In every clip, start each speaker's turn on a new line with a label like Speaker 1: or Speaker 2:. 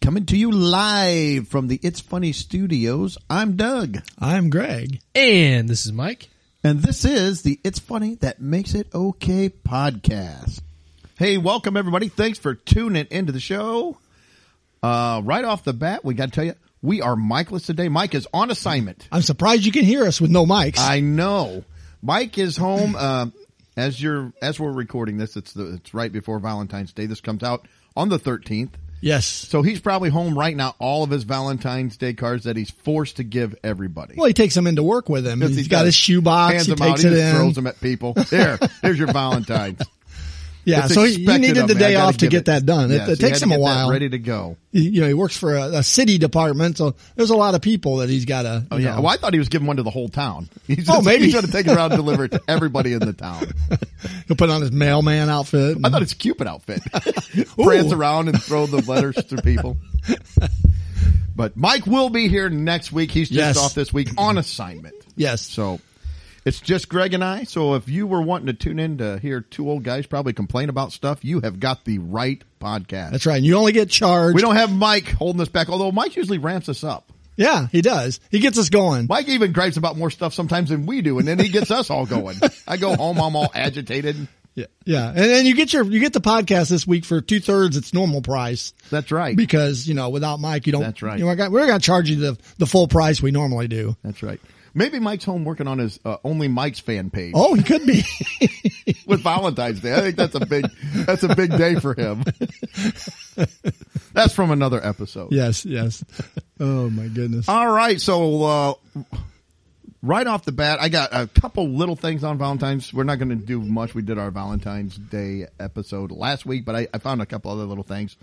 Speaker 1: Coming to you live from the It's Funny studios, I'm Doug.
Speaker 2: I'm Greg.
Speaker 3: And this is Mike.
Speaker 1: And this is the It's Funny That Makes It Okay podcast. Hey, welcome everybody. Thanks for tuning into the show. Uh, right off the bat, we got to tell you, we are Mikeless today. Mike is on assignment.
Speaker 2: I'm surprised you can hear us with no mics.
Speaker 1: I know. Mike is home. Uh, as you're, as we're recording this, it's the, it's right before Valentine's Day. This comes out on the 13th.
Speaker 2: yes.
Speaker 1: So he's probably home right now. All of his Valentine's Day cards that he's forced to give everybody.
Speaker 2: Well, he takes them into work with him.
Speaker 1: Yes,
Speaker 2: he's
Speaker 1: he
Speaker 2: got
Speaker 1: does.
Speaker 2: his shoebox.
Speaker 1: Hands
Speaker 2: He
Speaker 1: them out.
Speaker 2: takes
Speaker 1: he
Speaker 2: it
Speaker 1: just throws
Speaker 2: in.
Speaker 1: them at people. There, here's your Valentine's.
Speaker 2: Yeah.
Speaker 1: It's
Speaker 2: So he, he
Speaker 1: expected
Speaker 2: needed
Speaker 1: of
Speaker 2: the
Speaker 1: me. I
Speaker 2: day
Speaker 1: gotta
Speaker 2: off to
Speaker 1: give
Speaker 2: get
Speaker 1: it-
Speaker 2: that done.
Speaker 1: Yes,
Speaker 2: it, it
Speaker 1: he had
Speaker 2: takes
Speaker 1: to
Speaker 2: him a
Speaker 1: get that
Speaker 2: while.
Speaker 1: Ready to go.
Speaker 2: He- you know, he works for a, a city department, so there's a lot of people that he's got to.
Speaker 1: Oh yeah. Well, I thought he was giving one to the whole town. He's
Speaker 2: Oh,
Speaker 1: just-
Speaker 2: maybe.
Speaker 1: he's going to take it around and deliver it to everybody in the town.
Speaker 2: he'll put on his mailman outfit.
Speaker 1: I thought it's a Cupid outfit. Prance
Speaker 2: Ooh.
Speaker 1: around and throw the letters to people. But Mike will be here next week. He's just
Speaker 2: Yes.
Speaker 1: off this week on assignment.
Speaker 2: yes.
Speaker 1: So it's just Greg and I. So if you were wanting to tune in to hear two old guys probably complain about stuff, you have got the right podcast.
Speaker 2: That's right. And you only get charged.
Speaker 1: We don't have Mike holding us back, although Mike usually ramps us up.
Speaker 2: yeah, he does. He gets us going.
Speaker 1: Mike even gripes about more stuff sometimes than we do, and then he gets us all going. I go home, I'm all agitated.
Speaker 2: Yeah. Yeah. And then you get your, you get the podcast this week for two thirds its normal price.
Speaker 1: That's right.
Speaker 2: because you know without Mike you don't.
Speaker 1: That's right.
Speaker 2: You know, I got, we're going to charge you the the full price we normally do.
Speaker 1: That's right. Maybe Mike's home working on his uh, only Mike's fan page
Speaker 2: Oh, he could be.
Speaker 1: with Valentine's Day. I think that's a big that's a big day for him. that's from another episode.
Speaker 2: yes, yes. Oh my goodness.
Speaker 1: All right, so uh, right off the bat, I got a couple little things on Valentine's. We're not going to do much. We did our Valentine's Day episode last week, but I, I found a couple other little things.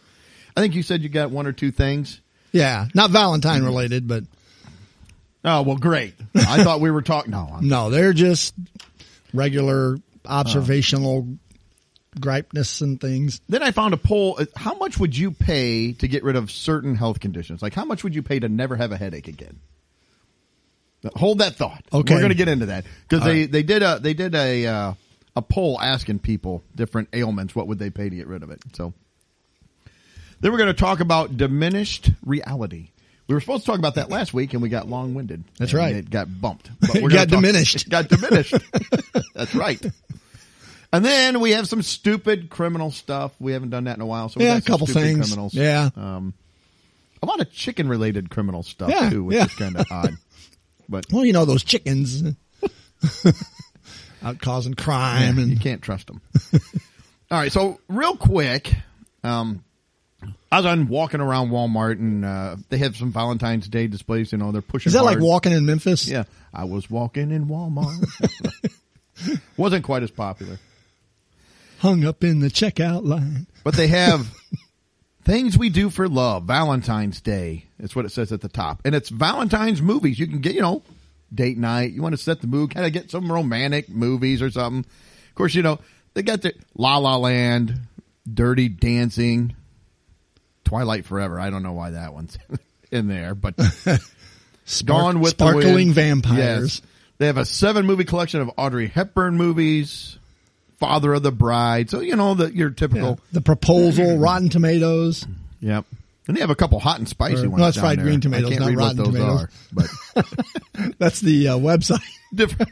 Speaker 1: I think you said you got one or two things.
Speaker 2: Yeah, not Valentine related, but
Speaker 1: Oh well, great. I thought we were talking. No, I'm,
Speaker 2: no, they're just regular observational
Speaker 1: Uh.
Speaker 2: gripeness and things.
Speaker 1: then I found a poll. uh, How much would you pay to get rid of certain health conditions? Like, how much would you pay to never have a headache again? Now, Hold that thought.
Speaker 2: Okay.
Speaker 1: we're going to get into that because they, they did a they did a uh, a poll asking people different ailments. What would they pay to get rid of it? So then we're going to talk about diminished reality. We were supposed to talk about that last week, and we got long winded.
Speaker 2: That's right.
Speaker 1: It got bumped. But
Speaker 2: It
Speaker 1: we're
Speaker 2: got
Speaker 1: gonna
Speaker 2: diminished.
Speaker 1: It got diminished. That's right. And then we have some stupid criminal stuff. We haven't done that in a while. So we
Speaker 2: Yeah,
Speaker 1: got
Speaker 2: a
Speaker 1: some
Speaker 2: couple
Speaker 1: stupid
Speaker 2: things.
Speaker 1: Criminals.
Speaker 2: Yeah.
Speaker 1: Um, a lot of chicken related criminal stuff
Speaker 2: Yeah,
Speaker 1: too, which
Speaker 2: yeah.
Speaker 1: is kind of odd. But
Speaker 2: Well, you know those chickens out causing crime
Speaker 1: you
Speaker 2: and
Speaker 1: can't trust them. All right. So real quick, um, I was on walking around Walmart and uh, they have some Valentine's Day displays. You know, they're pushing.
Speaker 2: is that like
Speaker 1: hard.
Speaker 2: walking in Memphis?
Speaker 1: Yeah, I was walking in Walmart. Wasn't quite as popular.
Speaker 2: Hung up in the checkout line.
Speaker 1: but they have things we do for love. Valentine's Day. That's what it says at the top, and it's Valentine's movies. You can get, you know, date night. You want to set the mood, kind of get some romantic movies or something. Of course, you know they got the La La Land, Dirty Dancing, Twilight Forever. I don't know why that one's in there, but
Speaker 2: Spark-
Speaker 1: Gone with the
Speaker 2: sparkling
Speaker 1: Wind.
Speaker 2: vampires.
Speaker 1: Yes. They have a seven movie collection of Audrey Hepburn movies, Father of the Bride. So you know that your
Speaker 2: Yeah.
Speaker 1: typical.
Speaker 2: The proposal, Rotten Tomatoes.
Speaker 1: Yep. And they have a couple hot and spicy
Speaker 2: Or-
Speaker 1: ones.
Speaker 2: no, that's
Speaker 1: down
Speaker 2: fried
Speaker 1: there.
Speaker 2: green
Speaker 1: I
Speaker 2: tomatoes,
Speaker 1: can't
Speaker 2: not
Speaker 1: read what
Speaker 2: rotten
Speaker 1: those
Speaker 2: tomatoes.
Speaker 1: Are, but
Speaker 2: That's the uh, website,
Speaker 1: different,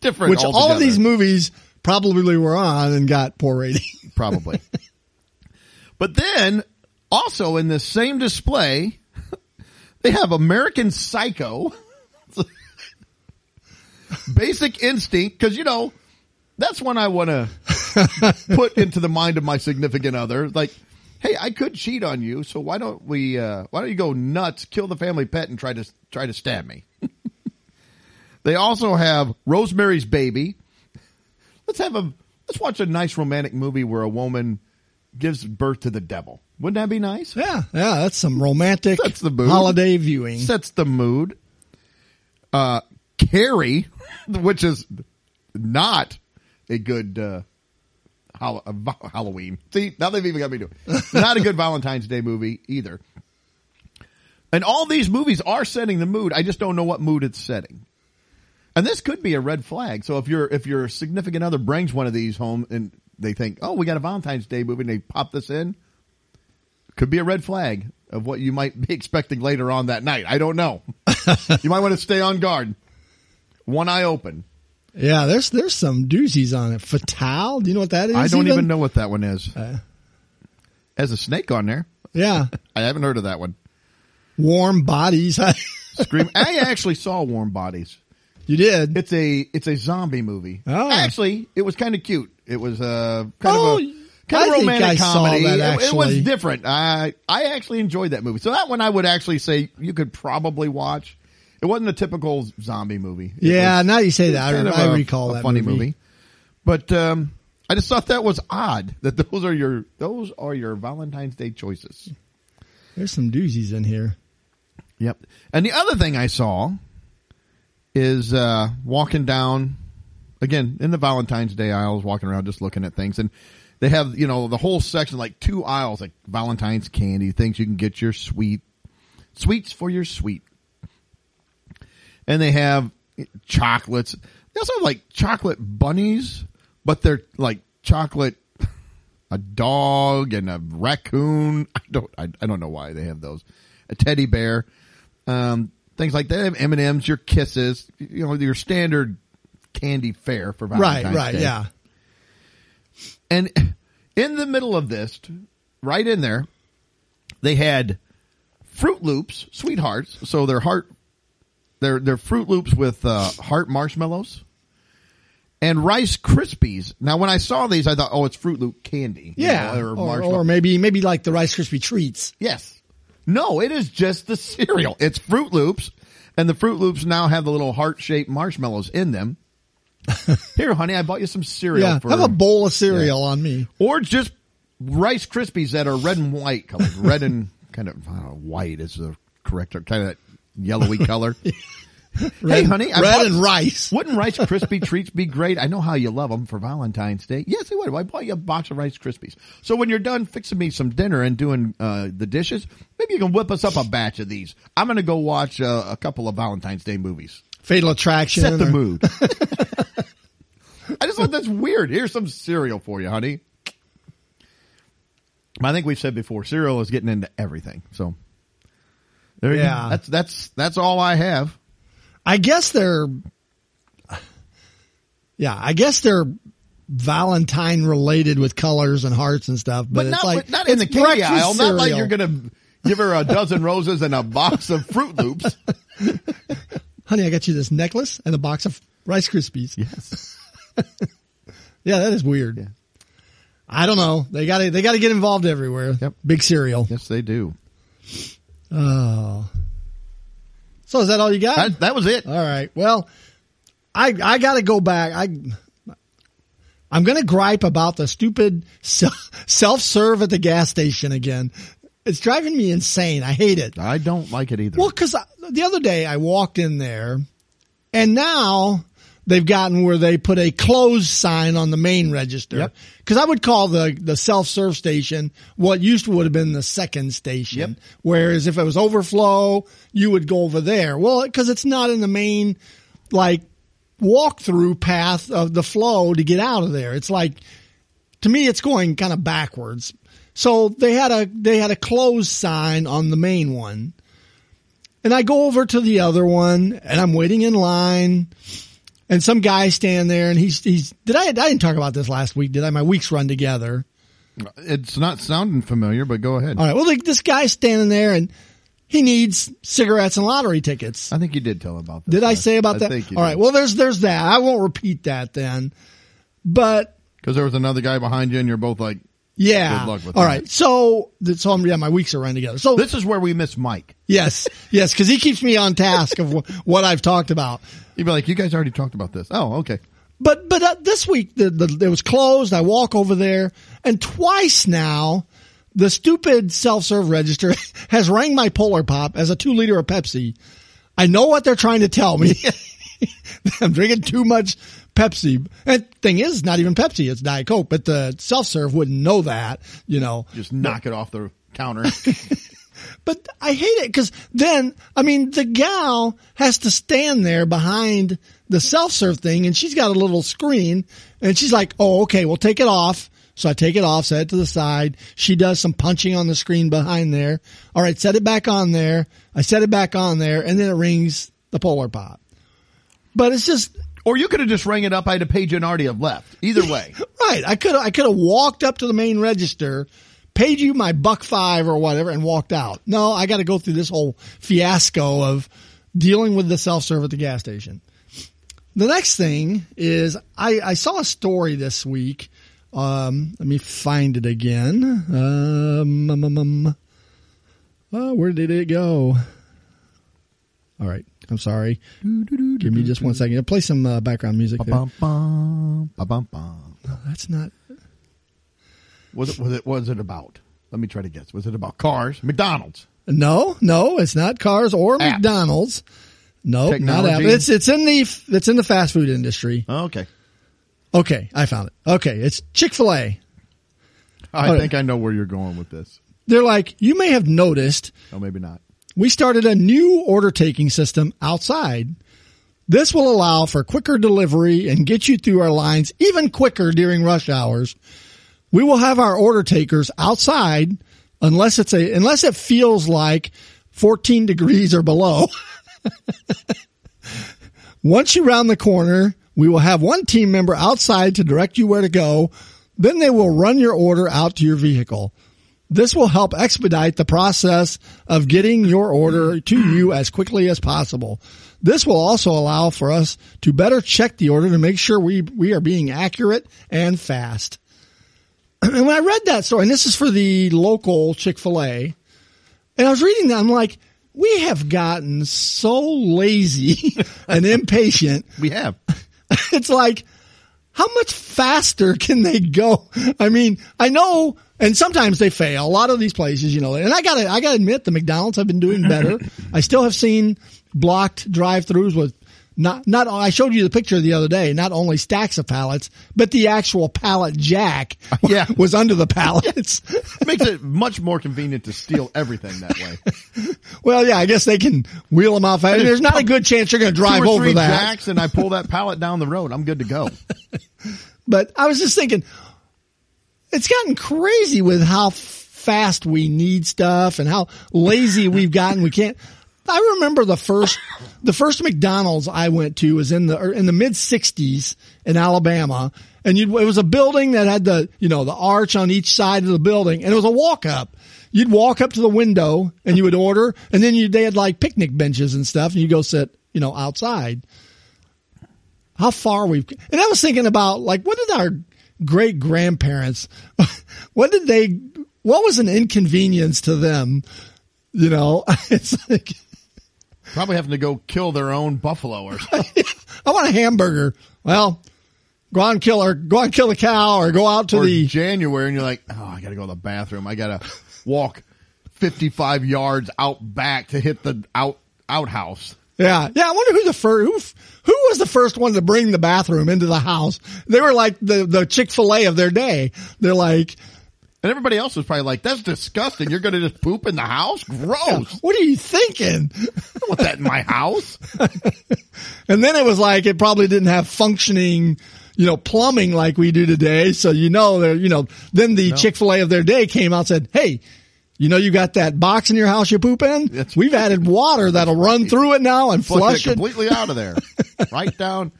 Speaker 1: different.
Speaker 2: which all of
Speaker 1: altogether,
Speaker 2: these movies probably were on and got poor ratings.
Speaker 1: probably. but then, also in the same display, they have American Psycho, Basic Instinct, because you know that's one I want to put into the mind of my significant other. Like, hey, I could cheat on you, so why don't we? Uh, why don't you go nuts, kill the family pet, and try to try to stab me? they also have Rosemary's Baby. Let's have a let's watch a nice romantic movie where a woman gives birth to the devil. Wouldn't that be nice?
Speaker 2: yeah, yeah, that's some romantic
Speaker 1: That's the mood.
Speaker 2: holiday viewing.
Speaker 1: Sets the mood. Uh, Carrie, which is not a good uh, Hall- uh, Va- Halloween. See, now they've even got me doing not a good Valentine's Day movie either. And all these movies are setting the mood. I just don't know what mood it's setting. And this could be a red flag. So if your if your significant other brings one of these home and they think, oh, we got a Valentine's Day movie, and they pop this in, could be a red flag of what you might be expecting later on that night. I don't know. you might want to stay on guard. One eye open.
Speaker 2: Yeah, there's there's some doozies on it. Fatale. Do you know what that is?
Speaker 1: I don't even, know what that one is. Has a snake on there.
Speaker 2: Yeah.
Speaker 1: I haven't heard of that one.
Speaker 2: Warm bodies.
Speaker 1: Scream. I actually saw Warm Bodies.
Speaker 2: you did.
Speaker 1: It's a it's a zombie movie.
Speaker 2: Oh.
Speaker 1: Actually, it was kind of cute. It was uh, kind
Speaker 2: Oh,
Speaker 1: of a kind
Speaker 2: I
Speaker 1: of
Speaker 2: think
Speaker 1: romantic
Speaker 2: I saw
Speaker 1: comedy.
Speaker 2: that,
Speaker 1: It- It, was
Speaker 2: actually.
Speaker 1: different. I I actually enjoyed that movie. So that one I would actually say you could probably watch. It wasn't a typical zombie movie. It
Speaker 2: yeah,
Speaker 1: was
Speaker 2: now you say that, I,
Speaker 1: kind of
Speaker 2: I
Speaker 1: a-
Speaker 2: recall
Speaker 1: a
Speaker 2: that
Speaker 1: funny
Speaker 2: movie.
Speaker 1: But um, I just thought that was odd that those are your those are your Valentine's Day choices.
Speaker 2: There's some doozies in here.
Speaker 1: Yep. And the other thing I saw is uh, walking down again in the Valentine's Day aisles, walking around just looking at things, and they have you know the whole section like two aisles like Valentine's candy, things you can get your sweet sweets for your sweet, and they have chocolates. They also have like chocolate bunnies, but they're like chocolate. A dog and a raccoon. I don't. I, I don't know why they have those. A teddy bear, um, things like that. They have M and M's, your kisses, you know, your standard candy fare for Valentine's
Speaker 2: right, right,
Speaker 1: Ah, Day.
Speaker 2: yeah.
Speaker 1: And in the middle of this, right in there, they had Fruit Loops, sweethearts. So they're heart, they're they're Fruit Loops with uh, heart marshmallows and Rice Krispies. Now, when I saw these, I thought, oh, it's Fruit Loop candy, you
Speaker 2: Yeah.
Speaker 1: know,
Speaker 2: or,
Speaker 1: or,
Speaker 2: or,
Speaker 1: marshmallow.
Speaker 2: maybe maybe like the Rice Krispie treats.
Speaker 1: yes, no, it is just the cereal. It's Fruit Loops, and the Fruit Loops now have the little heart shaped marshmallows in them. Here, honey, I bought you some cereal.
Speaker 2: Yeah.
Speaker 1: for
Speaker 2: Have a bowl of cereal on me.
Speaker 1: or just Rice Krispies that are red and white colored, red and kind of I don't know, white is the correct term, kind of that yellowy color. hey, honey, I
Speaker 2: Red
Speaker 1: bought-
Speaker 2: and rice.
Speaker 1: wouldn't Rice Krispie treats be great? I know how you love them for Valentine's Day. Yes, they would. I bought you a box of Rice Krispies. So when you're done fixing me some dinner and doing uh, the dishes, maybe you can whip us up a batch of these. I'm going to go watch uh, a couple of Valentine's Day movies.
Speaker 2: Fatal Attraction.
Speaker 1: Set the
Speaker 2: or-
Speaker 1: mood. I just thought that's weird. Here's some cereal for you, honey. I think we've said before, cereal is getting into everything. So there you go.
Speaker 2: Yeah.
Speaker 1: That's that's that's all I have.
Speaker 2: I guess they're, yeah, I guess they're Valentine related with colors and hearts and stuff, but,
Speaker 1: But
Speaker 2: it's
Speaker 1: not
Speaker 2: like,
Speaker 1: not in the
Speaker 2: it's
Speaker 1: candy
Speaker 2: breakfast
Speaker 1: aisle. Not like
Speaker 2: cereal.
Speaker 1: you're gonna give her a dozen roses and a box of Fruit Loops.
Speaker 2: honey, I got you this necklace and a box of Rice Krispies.
Speaker 1: Yes.
Speaker 2: Yeah, that is weird. I don't know. They got to they got to get involved everywhere.
Speaker 1: Yep.
Speaker 2: Big cereal.
Speaker 1: Yes, they do.
Speaker 2: Oh. So is that all you got?
Speaker 1: That, that was it.
Speaker 2: all right. Well, I I got to go back. I I'm going to gripe about the stupid self serve at the gas station again. It's driving me insane. I hate it.
Speaker 1: I don't like it either.
Speaker 2: Well, because the other day I walked in there, and now they've gotten where they put a closed sign on the main register.
Speaker 1: Yep.
Speaker 2: Because I would call the the self serve station what used to would have been the second station.
Speaker 1: Yep.
Speaker 2: Whereas if it was overflow, you would go over there. Well, because it's not in the main like walk through path of the flow to get out of there. It's like to me it's going kind of backwards. So they had a they had a closed sign on the main one. And I go over to the other one and I'm waiting in line and some guy stand there and he's, he's, did I, I didn't talk about this last week, did I? My weeks run together.
Speaker 1: it's not sounding familiar, but go ahead.
Speaker 2: All right. Well, like, this guy's standing there and he needs cigarettes and lottery tickets.
Speaker 1: I think you did tell about that.
Speaker 2: Did I say about that?
Speaker 1: I think you
Speaker 2: All right. Well, there's, there's that. I won't repeat that then, but
Speaker 1: because there was another guy behind you, and you're both like,
Speaker 2: yeah.
Speaker 1: Good luck with
Speaker 2: All
Speaker 1: that.
Speaker 2: right. So, th- so I'm, yeah, my weeks are running together. So
Speaker 1: This is where we miss Mike.
Speaker 2: yes, yes. Cause he keeps me on task of wh- what I've talked about.
Speaker 1: You'd be like, you guys already talked about this. Oh, okay.
Speaker 2: But but uh, this week the, the it was closed. I walk over there, and twice now, the stupid self serve register has rang my Polar Pop as a two liter of Pepsi. I know what they're trying to tell me. I'm drinking too much Pepsi. And thing is, it's not even Pepsi; it's Diet Coke. But the self serve wouldn't know that, you know.
Speaker 1: Just knock it off the counter.
Speaker 2: But I hate it because then, I mean, the gal has to stand there behind the self serve thing and she's got a little screen and she's like, oh, okay, we'll take it off. So I take it off, set it to the side. She does some punching on the screen behind there. All right, set it back on there. I set it back on there, and then it rings the Polar Pop. But it's just
Speaker 1: Or you could have just rang it up. I had a page and already have left. Either way.
Speaker 2: Right. I could I could have walked up to the main register, paid you my buck five or whatever, and walked out. No, I got to go through this whole fiasco of dealing with the self serve at the gas station. The next thing is I, I saw a story this week. Um, let me find it again. Um, um, um, um. Oh, where did it go? All right. I'm sorry. Give me just one second. Play some uh, background music. There.
Speaker 1: Bum, bum, ba, bum, bum.
Speaker 2: That's not
Speaker 1: Was it, was it, was it about? Let me try to guess. Was it about cars? McDonald's.
Speaker 2: No, no, it's not cars or
Speaker 1: Apps.
Speaker 2: McDonald's. No, not
Speaker 1: Technology.
Speaker 2: Apple. It's it's in the it's in the fast food industry.
Speaker 1: Oh, Okay.
Speaker 2: Okay, I found it. Okay, it's Chick Fil A.
Speaker 1: I
Speaker 2: Okay.
Speaker 1: think I know where you're going with this.
Speaker 2: They're like you may have noticed
Speaker 1: Oh, maybe not.
Speaker 2: we started a new order taking system outside. This will allow for quicker delivery and get you through our lines even quicker during rush hours. We will have our order takers outside unless it's a unless it feels like 14 degrees or below. Once you round the corner, we will have one team member outside to direct you where to go. Then they will run your order out to your vehicle. This will help expedite the process of getting your order to you as quickly as possible. This will also allow for us to better check the order to make sure we, we are being accurate and fast. And when I read that story, and this is for the local Chick-fil-A, and I was reading that, I'm like, we have gotten so lazy and impatient
Speaker 1: We have.
Speaker 2: it's like how much faster can they go? I mean, I know, and sometimes they fail. A lot of these places, you know, and I gotta, I gotta admit, the McDonald's have been doing better. I still have seen blocked drive-throughs with not, not. I showed you the picture the other day. Not only stacks of pallets, but the actual pallet jack,
Speaker 1: Yeah.
Speaker 2: was under the pallets.
Speaker 1: Makes it much more convenient to steal everything that way.
Speaker 2: well, yeah, I guess they can wheel them off. I mean, there's not a good chance you're going to drive
Speaker 1: Two or
Speaker 2: over
Speaker 1: three
Speaker 2: that.
Speaker 1: jacks and I pull that pallet down the road. I'm good to go.
Speaker 2: But I was just thinking, it's gotten crazy with how f- fast we need stuff and how lazy we've gotten. We can't. I remember the first, the first McDonald's I went to was in the or in the mid '60s in Alabama, and you it was a building that had the you know the arch on each side of the building, and it was a walk up. You'd walk up to the window and you would order, and then you they had like picnic benches and stuff, and you go sit you know outside how far we've and I was thinking about like what did our great grandparents what did they what was an inconvenience to them you know it's like
Speaker 1: Probably having to go kill their own buffalo or something.
Speaker 2: I want a hamburger well go out and kill or go out and kill a cow or go out to
Speaker 1: or
Speaker 2: the
Speaker 1: January and you're like, oh, I got to go to the bathroom. I got to walk 55 yards out back to hit the out outhouse.
Speaker 2: yeah yeah I wonder who the first who f- who was the first one to bring the bathroom into the house they were like the the Chick-fil-A of their day they're like
Speaker 1: And everybody else was probably like, that's disgusting. You're going to just poop in the house? Gross. I
Speaker 2: what are you thinking
Speaker 1: don't want that in my house.
Speaker 2: And then it was like it probably didn't have functioning, you know, plumbing like we do today. So you know, they're- you know, then the Chick Fil A of their day came out and said, "Hey, you know, you got that box in your house you poop in.
Speaker 1: That's-
Speaker 2: We've added water that'll run through it now and
Speaker 1: Flush
Speaker 2: flush
Speaker 1: it
Speaker 2: it.
Speaker 1: completely out of there. Right down,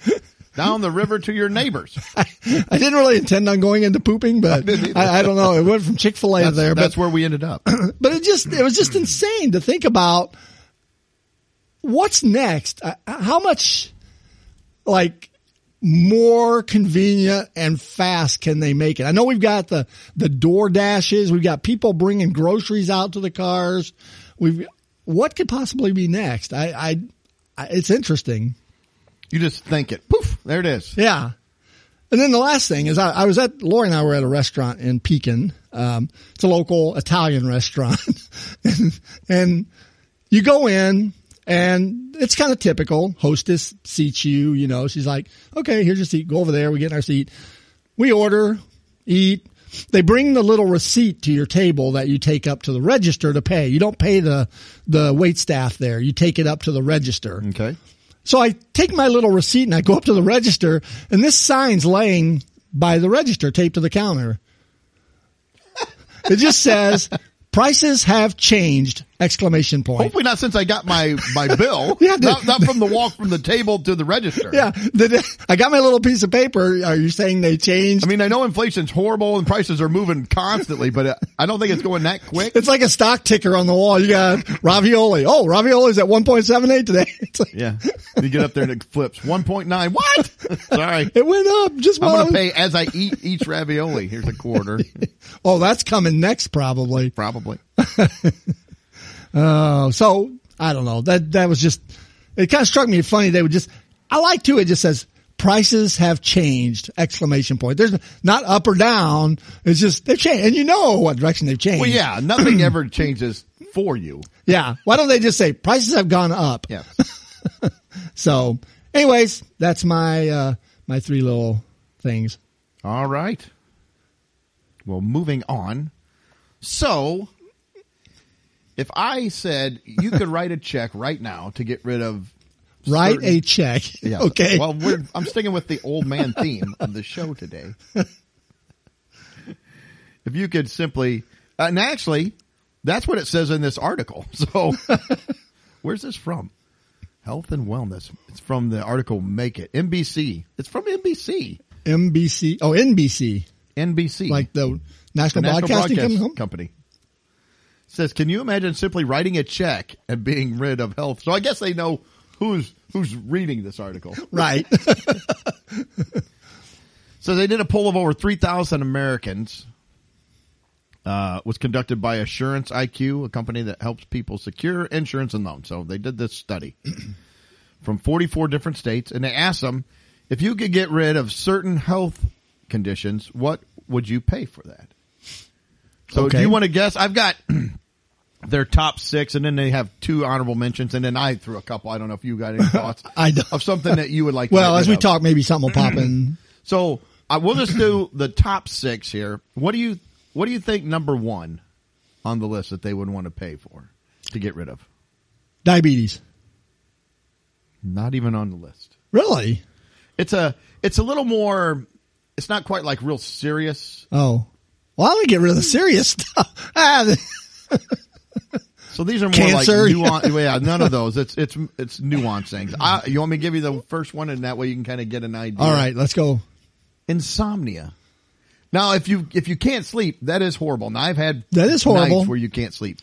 Speaker 1: down the river to your neighbors.
Speaker 2: I didn't really intend on going into pooping, but
Speaker 1: didn't either.
Speaker 2: I, I don't know. It went from Chick Fil A
Speaker 1: That's,
Speaker 2: there, but
Speaker 1: that's where we ended up.
Speaker 2: but it just it was just insane to think about what's next Uh, how much like more convenient and fast can they make it i know we've got the the door dashes we've got people bringing groceries out to the cars we've what could possibly be next i i, I it's interesting
Speaker 1: You just think it. Poof. There it is.
Speaker 2: yeah. And then the last thing is I, I was at, Lori and I were at a restaurant in Pekin. Um, it's a local Italian restaurant and, and you go in and it's kind of typical. Hostess seats you, you know, she's like, okay, here's your seat. Go over there. We get in our seat. We order, eat. They bring the little receipt to your table that you take up to the register to pay. You don't pay the, the wait staff there. You take it up to the register.
Speaker 1: Okay.
Speaker 2: So I take my little receipt and I go up to the register and this sign's laying by the register taped to the counter. It just says prices have changed! Exclamation point.
Speaker 1: Hopefully not since I got my my bill.
Speaker 2: Yeah, the-
Speaker 1: not, not from the walk from the table to the register.
Speaker 2: Yeah, the, I got my little piece of paper. Are you saying they changed?
Speaker 1: I mean, I know inflation's horrible and prices are moving constantly, but uh, I don't think it's going that quick.
Speaker 2: it's like a stock ticker on the wall. You got ravioli. Oh, ravioli's at 1.78 today. It's like,
Speaker 1: Yeah, you get up there and it flips one point nine. What? Sorry,
Speaker 2: It went up just
Speaker 1: I'm
Speaker 2: while I
Speaker 1: gonna
Speaker 2: was-
Speaker 1: pay as I eat each ravioli. Here's a quarter,
Speaker 2: Oh, that's coming next probably.
Speaker 1: probably.
Speaker 2: Uh, so I don't know. That that was just it kind of struck me funny. They would just I like too. It just says prices have changed! Exclamation point. There's not up or down. It's just they've changed, and you know what direction they've changed.
Speaker 1: Well, yeah, nothing ever changes for you.
Speaker 2: Yeah. Why don't they just say prices have gone up?
Speaker 1: Yeah,
Speaker 2: So, anyways, that's my uh my three little things.
Speaker 1: All right. Well, moving on. So, if I said you could write a check right now to get rid of
Speaker 2: Write
Speaker 1: certain-
Speaker 2: a check.
Speaker 1: Yeah.
Speaker 2: Okay.
Speaker 1: Well, we're, I'm sticking with the old man theme of the show today. if you could simply, and actually, that's what it says in this article. So, where's this from? Health and wellness. It's from the article Make It. NBC. It's from NBC.
Speaker 2: NBC. Oh, NBC.
Speaker 1: NBC.
Speaker 2: Like the
Speaker 1: National
Speaker 2: National, Broadcasting
Speaker 1: Broadcast
Speaker 2: Company.
Speaker 1: Company. Says, can you imagine simply writing a check and being rid of health? So I guess they know who's who's reading this article.
Speaker 2: Right.
Speaker 1: So they did a poll of over 3,000 Americans. Uh, was conducted by Assurance IQ, a company that helps people secure insurance and loans. So they did this study from 44 different states and they asked them if you could get rid of certain health conditions, what would you pay for that? So
Speaker 2: Okay.
Speaker 1: do you want to guess? I've got their top six and then they have two honorable mentions and then I threw a couple. I don't know if you got any thoughts
Speaker 2: I don't-
Speaker 1: of something that you would like. to
Speaker 2: Well,
Speaker 1: get
Speaker 2: as
Speaker 1: rid
Speaker 2: we
Speaker 1: of.
Speaker 2: talk, maybe something will pop in.
Speaker 1: So I will just do the top six here. What do you what do you think number one on the list that they would want to pay for to get rid of?
Speaker 2: Diabetes.
Speaker 1: Not even on the list.
Speaker 2: Really?
Speaker 1: It's a it's a little more. It's not quite like real serious.
Speaker 2: Oh. Well, I want to get rid of the serious stuff. Ah, the-
Speaker 1: So these are more
Speaker 2: Cancer.
Speaker 1: like nuance. yeah, none of those. It's it's it's nuanced things. I, you want me to give you the first one, and that way you can kind of get an idea.
Speaker 2: All right, let's go.
Speaker 1: insomnia. Now, if you if you can't sleep, that is horrible. Now I've had
Speaker 2: That is horrible.
Speaker 1: nights where you can't sleep.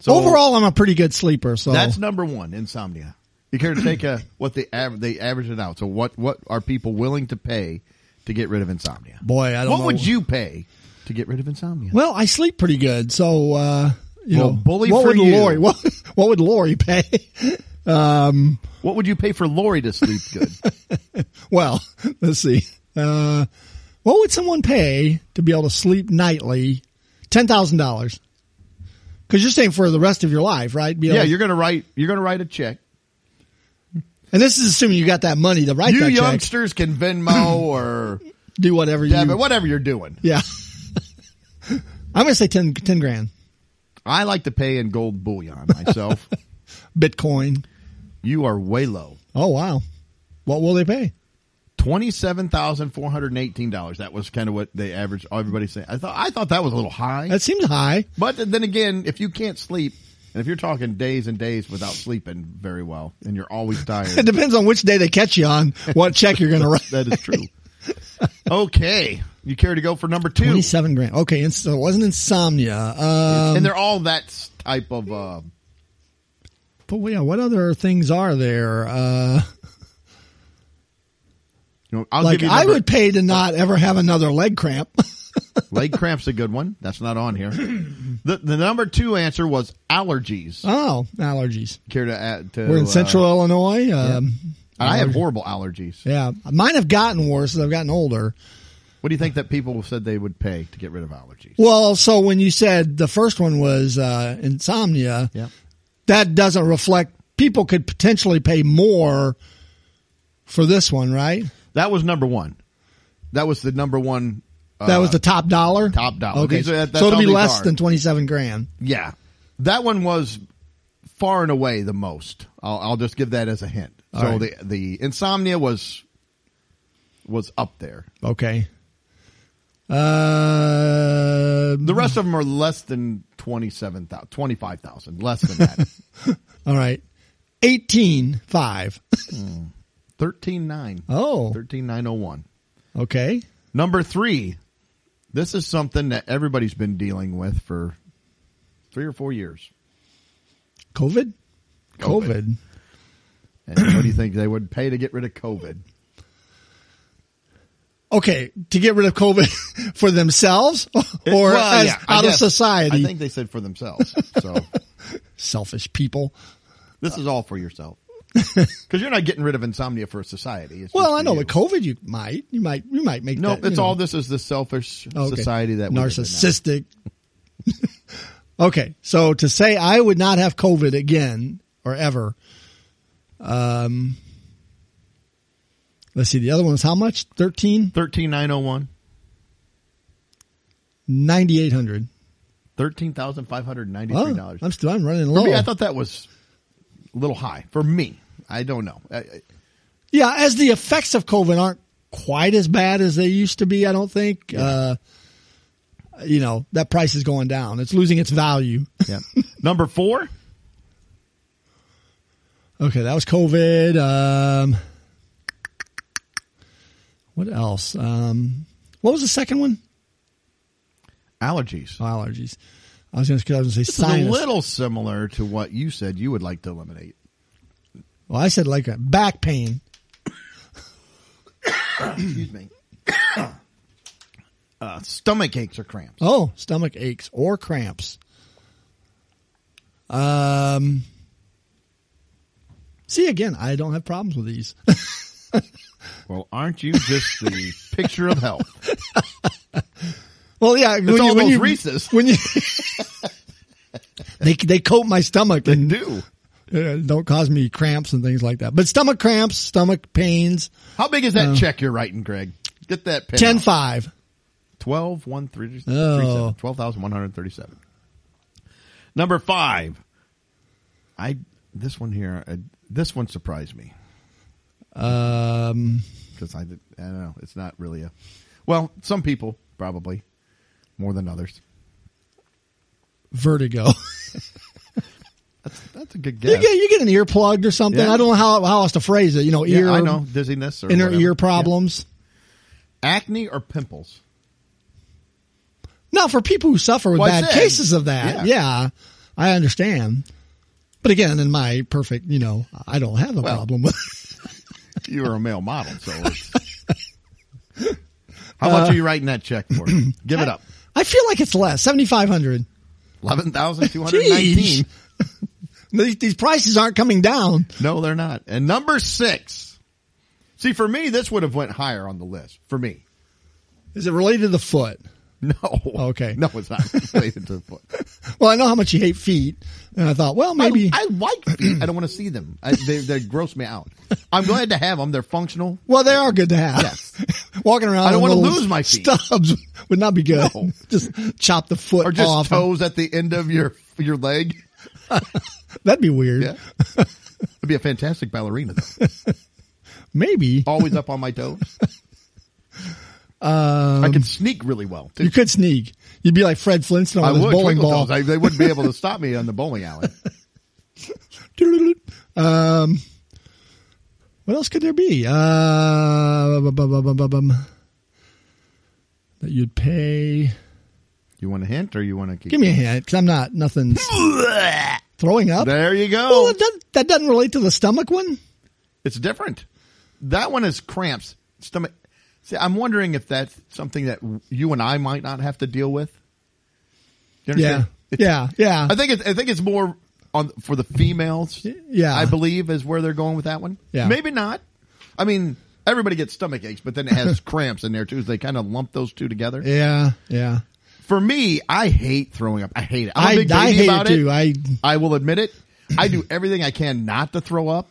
Speaker 1: So
Speaker 2: Overall, I'm a pretty good sleeper, so
Speaker 1: That's number one, insomnia. You care to take a what they aver- they average it out. So what what are people willing to pay to get rid of insomnia?
Speaker 2: boy, I don't
Speaker 1: what
Speaker 2: know.
Speaker 1: would you pay to get rid of insomnia?
Speaker 2: Well, I sleep pretty good, so uh, you
Speaker 1: Well,
Speaker 2: know,
Speaker 1: bully
Speaker 2: what
Speaker 1: for
Speaker 2: would
Speaker 1: you.
Speaker 2: Lori? What, what would Lori pay?
Speaker 1: What would you pay for Lori to sleep good?
Speaker 2: Well, let's see. Uh, what would someone pay to be able to sleep nightly? Ten thousand dollars. Because you're saying for the rest of your life, right? Be able
Speaker 1: yeah,
Speaker 2: to-
Speaker 1: you're gonna write you're gonna write a check.
Speaker 2: and this is assuming you got that money to write
Speaker 1: You
Speaker 2: that check,
Speaker 1: youngsters can Venmo or
Speaker 2: do whatever you.
Speaker 1: yeah, but whatever you're doing.
Speaker 2: Yeah. I'm going to say 10, 10 grand.
Speaker 1: I like to pay in gold bullion myself.
Speaker 2: Bitcoin.
Speaker 1: you are way low.
Speaker 2: Oh, wow. What will they pay?
Speaker 1: Twenty-seven thousand four hundred eighteen dollars. That was kind of what they averaged. Everybody saying. I thought I thought that was a little high.
Speaker 2: That seems high.
Speaker 1: But then again, if you can't sleep, and if you're talking days and days without sleeping very well, and you're always
Speaker 2: It
Speaker 1: tired,
Speaker 2: depends on which day they catch you on what check you're going to write.
Speaker 1: that is true. Okay, you care to go for number two?
Speaker 2: 27 grand. Okay. And so it wasn't insomnia. Uh,
Speaker 1: and they're all that type of. Uh,
Speaker 2: but yeah, what other things are there? Uh,
Speaker 1: you know, I'll
Speaker 2: like
Speaker 1: give you
Speaker 2: I
Speaker 1: number-
Speaker 2: would pay to not ever have another leg cramp.
Speaker 1: leg cramps a good one. That's not on here. The, the number two answer was allergies.
Speaker 2: oh, allergies.
Speaker 1: Care to add to?
Speaker 2: We're in
Speaker 1: uh,
Speaker 2: central Illinois. Um,
Speaker 1: I have horrible allergies.
Speaker 2: yeah. Mine have gotten worse as I've gotten older.
Speaker 1: What do you think that people said they would pay to get rid of allergies?
Speaker 2: Well, so when you said the first one was uh, insomnia,
Speaker 1: Yeah.
Speaker 2: that doesn't reflect people could potentially pay more for this one, right?
Speaker 1: That was number one. That was the number one. Uh,
Speaker 2: That was the top dollar.
Speaker 1: top dollar.
Speaker 2: Okay,
Speaker 1: These are- that's
Speaker 2: so it'll
Speaker 1: how
Speaker 2: be
Speaker 1: these
Speaker 2: less
Speaker 1: are.
Speaker 2: than twenty-seven grand.
Speaker 1: Yeah, that one was far and away the most. I'll, I'll just give that as a hint.
Speaker 2: All
Speaker 1: so
Speaker 2: right.
Speaker 1: the the insomnia was was up there.
Speaker 2: Okay. Uh,
Speaker 1: The rest of them are less than 27,000, 25,000, less than that.
Speaker 2: all right. 18, 5.
Speaker 1: 13,900.
Speaker 2: Oh,
Speaker 1: 13,901.
Speaker 2: okay.
Speaker 1: Number three, this is something that everybody's been dealing with for three or four years.
Speaker 2: COVID?
Speaker 1: COVID.
Speaker 2: COVID.
Speaker 1: And what do you think they would pay to get rid of COVID?
Speaker 2: Okay, to get rid of COVID for themselves or
Speaker 1: Well,
Speaker 2: as-
Speaker 1: yeah, I
Speaker 2: out of
Speaker 1: guess.
Speaker 2: society?
Speaker 1: I think they said for themselves. So
Speaker 2: Selfish people.
Speaker 1: this is all for yourself. Because you're not getting rid of insomnia for society. It's
Speaker 2: Well,
Speaker 1: just
Speaker 2: I
Speaker 1: for
Speaker 2: know,
Speaker 1: you.
Speaker 2: but COVID, you might, you might, you might make
Speaker 1: No,
Speaker 2: that. you
Speaker 1: it's
Speaker 2: know. Oh,
Speaker 1: all this is the selfish
Speaker 2: Okay.
Speaker 1: society that we live in now.
Speaker 2: narcissistic. okay, so to say I would not have COVID again or ever. Um, let's see. The other one is how much? Thirteen
Speaker 1: 13901,
Speaker 2: ninety eight hundred. Oh,
Speaker 1: $13,593.
Speaker 2: I'm still I'm running low.
Speaker 1: Me, I thought that was a little high for me. I don't know. I, I-
Speaker 2: yeah, as the effects of COVID aren't quite as bad as they used to be. I don't think. Uh, you know that price is going down. It's losing its value.
Speaker 1: yeah. Number four,
Speaker 2: Okay, that was COVID. Um, what else? Um, what was the second one?
Speaker 1: allergies.
Speaker 2: Oh, allergies. I was going to say
Speaker 1: This is a
Speaker 2: sinus.
Speaker 1: little similar to what you said you would like to eliminate.
Speaker 2: well, I said like a back pain.
Speaker 1: Excuse me. uh, stomach aches or cramps.
Speaker 2: Oh, stomach aches or cramps. Um, see again, I don't have problems with these. Oh.
Speaker 1: Well, aren't you just the picture of health?
Speaker 2: well, yeah, it's
Speaker 1: all those Reese's.
Speaker 2: When you they they coat my stomach
Speaker 1: They
Speaker 2: and
Speaker 1: do.
Speaker 2: uh, don't cause me cramps and things like that. But stomach cramps, stomach pains,
Speaker 1: How big is
Speaker 2: Uh.
Speaker 1: that check you're writing, Greg? Get that pen.
Speaker 2: 10
Speaker 1: out.
Speaker 2: 5.
Speaker 1: 12, 137,
Speaker 2: Oh.
Speaker 1: 12,137. Number five. I, this one here, uh, this one surprised me
Speaker 2: Um,
Speaker 1: because I, did- I don't know. It's not really a, well, some people probably more than others.
Speaker 2: vertigo.
Speaker 1: That's, that's a good
Speaker 2: you,
Speaker 1: guess.
Speaker 2: get, you get an earplug or something.
Speaker 1: Yeah.
Speaker 2: I don't know how, how else to phrase it. You know,
Speaker 1: Yeah,
Speaker 2: ear,
Speaker 1: I know. Dizziness or
Speaker 2: inner
Speaker 1: whatever.
Speaker 2: ear
Speaker 1: Yeah.
Speaker 2: problems.
Speaker 1: acne or pimples.
Speaker 2: Now, for people who suffer with
Speaker 1: Well, I
Speaker 2: bad
Speaker 1: said,
Speaker 2: cases of that,
Speaker 1: yeah.
Speaker 2: yeah. I understand. But again, in my perfect, you know, I don't have a
Speaker 1: Well,
Speaker 2: problem with
Speaker 1: You are a male model, so. it's- How
Speaker 2: Uh,
Speaker 1: much are you writing that check for? Give it up.
Speaker 2: I feel like it's less, 7500
Speaker 1: Eleven thousand two hundred nineteen.
Speaker 2: Jeez. these, these prices aren't coming down.
Speaker 1: No, they're not. And number six. See, for me, this would have went higher on the list. For me,
Speaker 2: Is it related to the foot?
Speaker 1: no.
Speaker 2: Okay.
Speaker 1: No, it's not related to the foot.
Speaker 2: Well, I know how much you hate feet. And I thought, well, maybe.
Speaker 1: I, I like feet. I don't want to see them. I, they they gross me out. I'm glad to have them. They're functional.
Speaker 2: Well, they are good to have.
Speaker 1: Yes.
Speaker 2: Walking around,
Speaker 1: I don't
Speaker 2: on
Speaker 1: wanna
Speaker 2: little
Speaker 1: lose my feet.
Speaker 2: Stubs would not be good.
Speaker 1: No.
Speaker 2: just chop the foot
Speaker 1: Or just
Speaker 2: off.
Speaker 1: toes at the end of your your leg.
Speaker 2: That'd be weird.
Speaker 1: Yeah. I'd be a fantastic ballerina. Though.
Speaker 2: Maybe
Speaker 1: Always up on my toes. I could sneak really well. Too.
Speaker 2: Um, you could sneak. You'd be like Fred Flintstone
Speaker 1: I
Speaker 2: with his
Speaker 1: would
Speaker 2: bowling
Speaker 1: twinkle
Speaker 2: ball.
Speaker 1: toes. I, they wouldn't be able to stop me on the bowling alley.
Speaker 2: um, what else could there be? Uh, bum, bum, bum, bum, bum, bum. that you'd pay.
Speaker 1: You want a hint, or you want to keep?
Speaker 2: Give me a hint, because I'm not nothing's throwing up.
Speaker 1: There you
Speaker 2: Well,
Speaker 1: go.
Speaker 2: that doesn't, that doesn't relate to the stomach one.
Speaker 1: It's different. That one is cramps, stomach. See, I'm wondering if that's something that you and I might not have to deal with. You
Speaker 2: Yeah,
Speaker 1: understand? It's-
Speaker 2: yeah, yeah.
Speaker 1: I think it's, I think it's more on for the females.
Speaker 2: Yeah.
Speaker 1: I believe is where they're going with that one.
Speaker 2: Yeah.
Speaker 1: maybe not. I mean, everybody gets stomach aches, but then it has cramps in there too. So they kind of lump those two together.
Speaker 2: yeah, yeah.
Speaker 1: For me, I hate throwing up. I hate it. I'm a
Speaker 2: I,
Speaker 1: big
Speaker 2: I
Speaker 1: baby
Speaker 2: hate
Speaker 1: about
Speaker 2: it too. I
Speaker 1: I will admit it. I do everything I can not to throw up.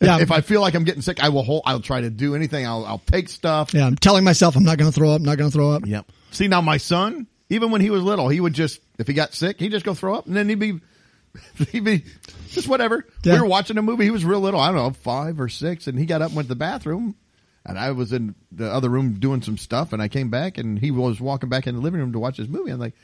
Speaker 1: If,
Speaker 2: Yeah.
Speaker 1: if I feel like I'm getting sick, I will hold. I'll try to do anything. I'll, I'll take stuff.
Speaker 2: yeah, I'm telling myself I'm not going to throw up. Not going to throw up.
Speaker 1: Yep. See now, my son, even when he was little, he would just if he got sick, he'd just go throw up, and then he'd be, he'd be just whatever.
Speaker 2: Yeah.
Speaker 1: We were watching a movie. He was real little. I don't know, five or six, and he got up and went to the bathroom. And I was in the other room doing some stuff, and I came back, and he was walking back in the living room to watch this movie. I'm like,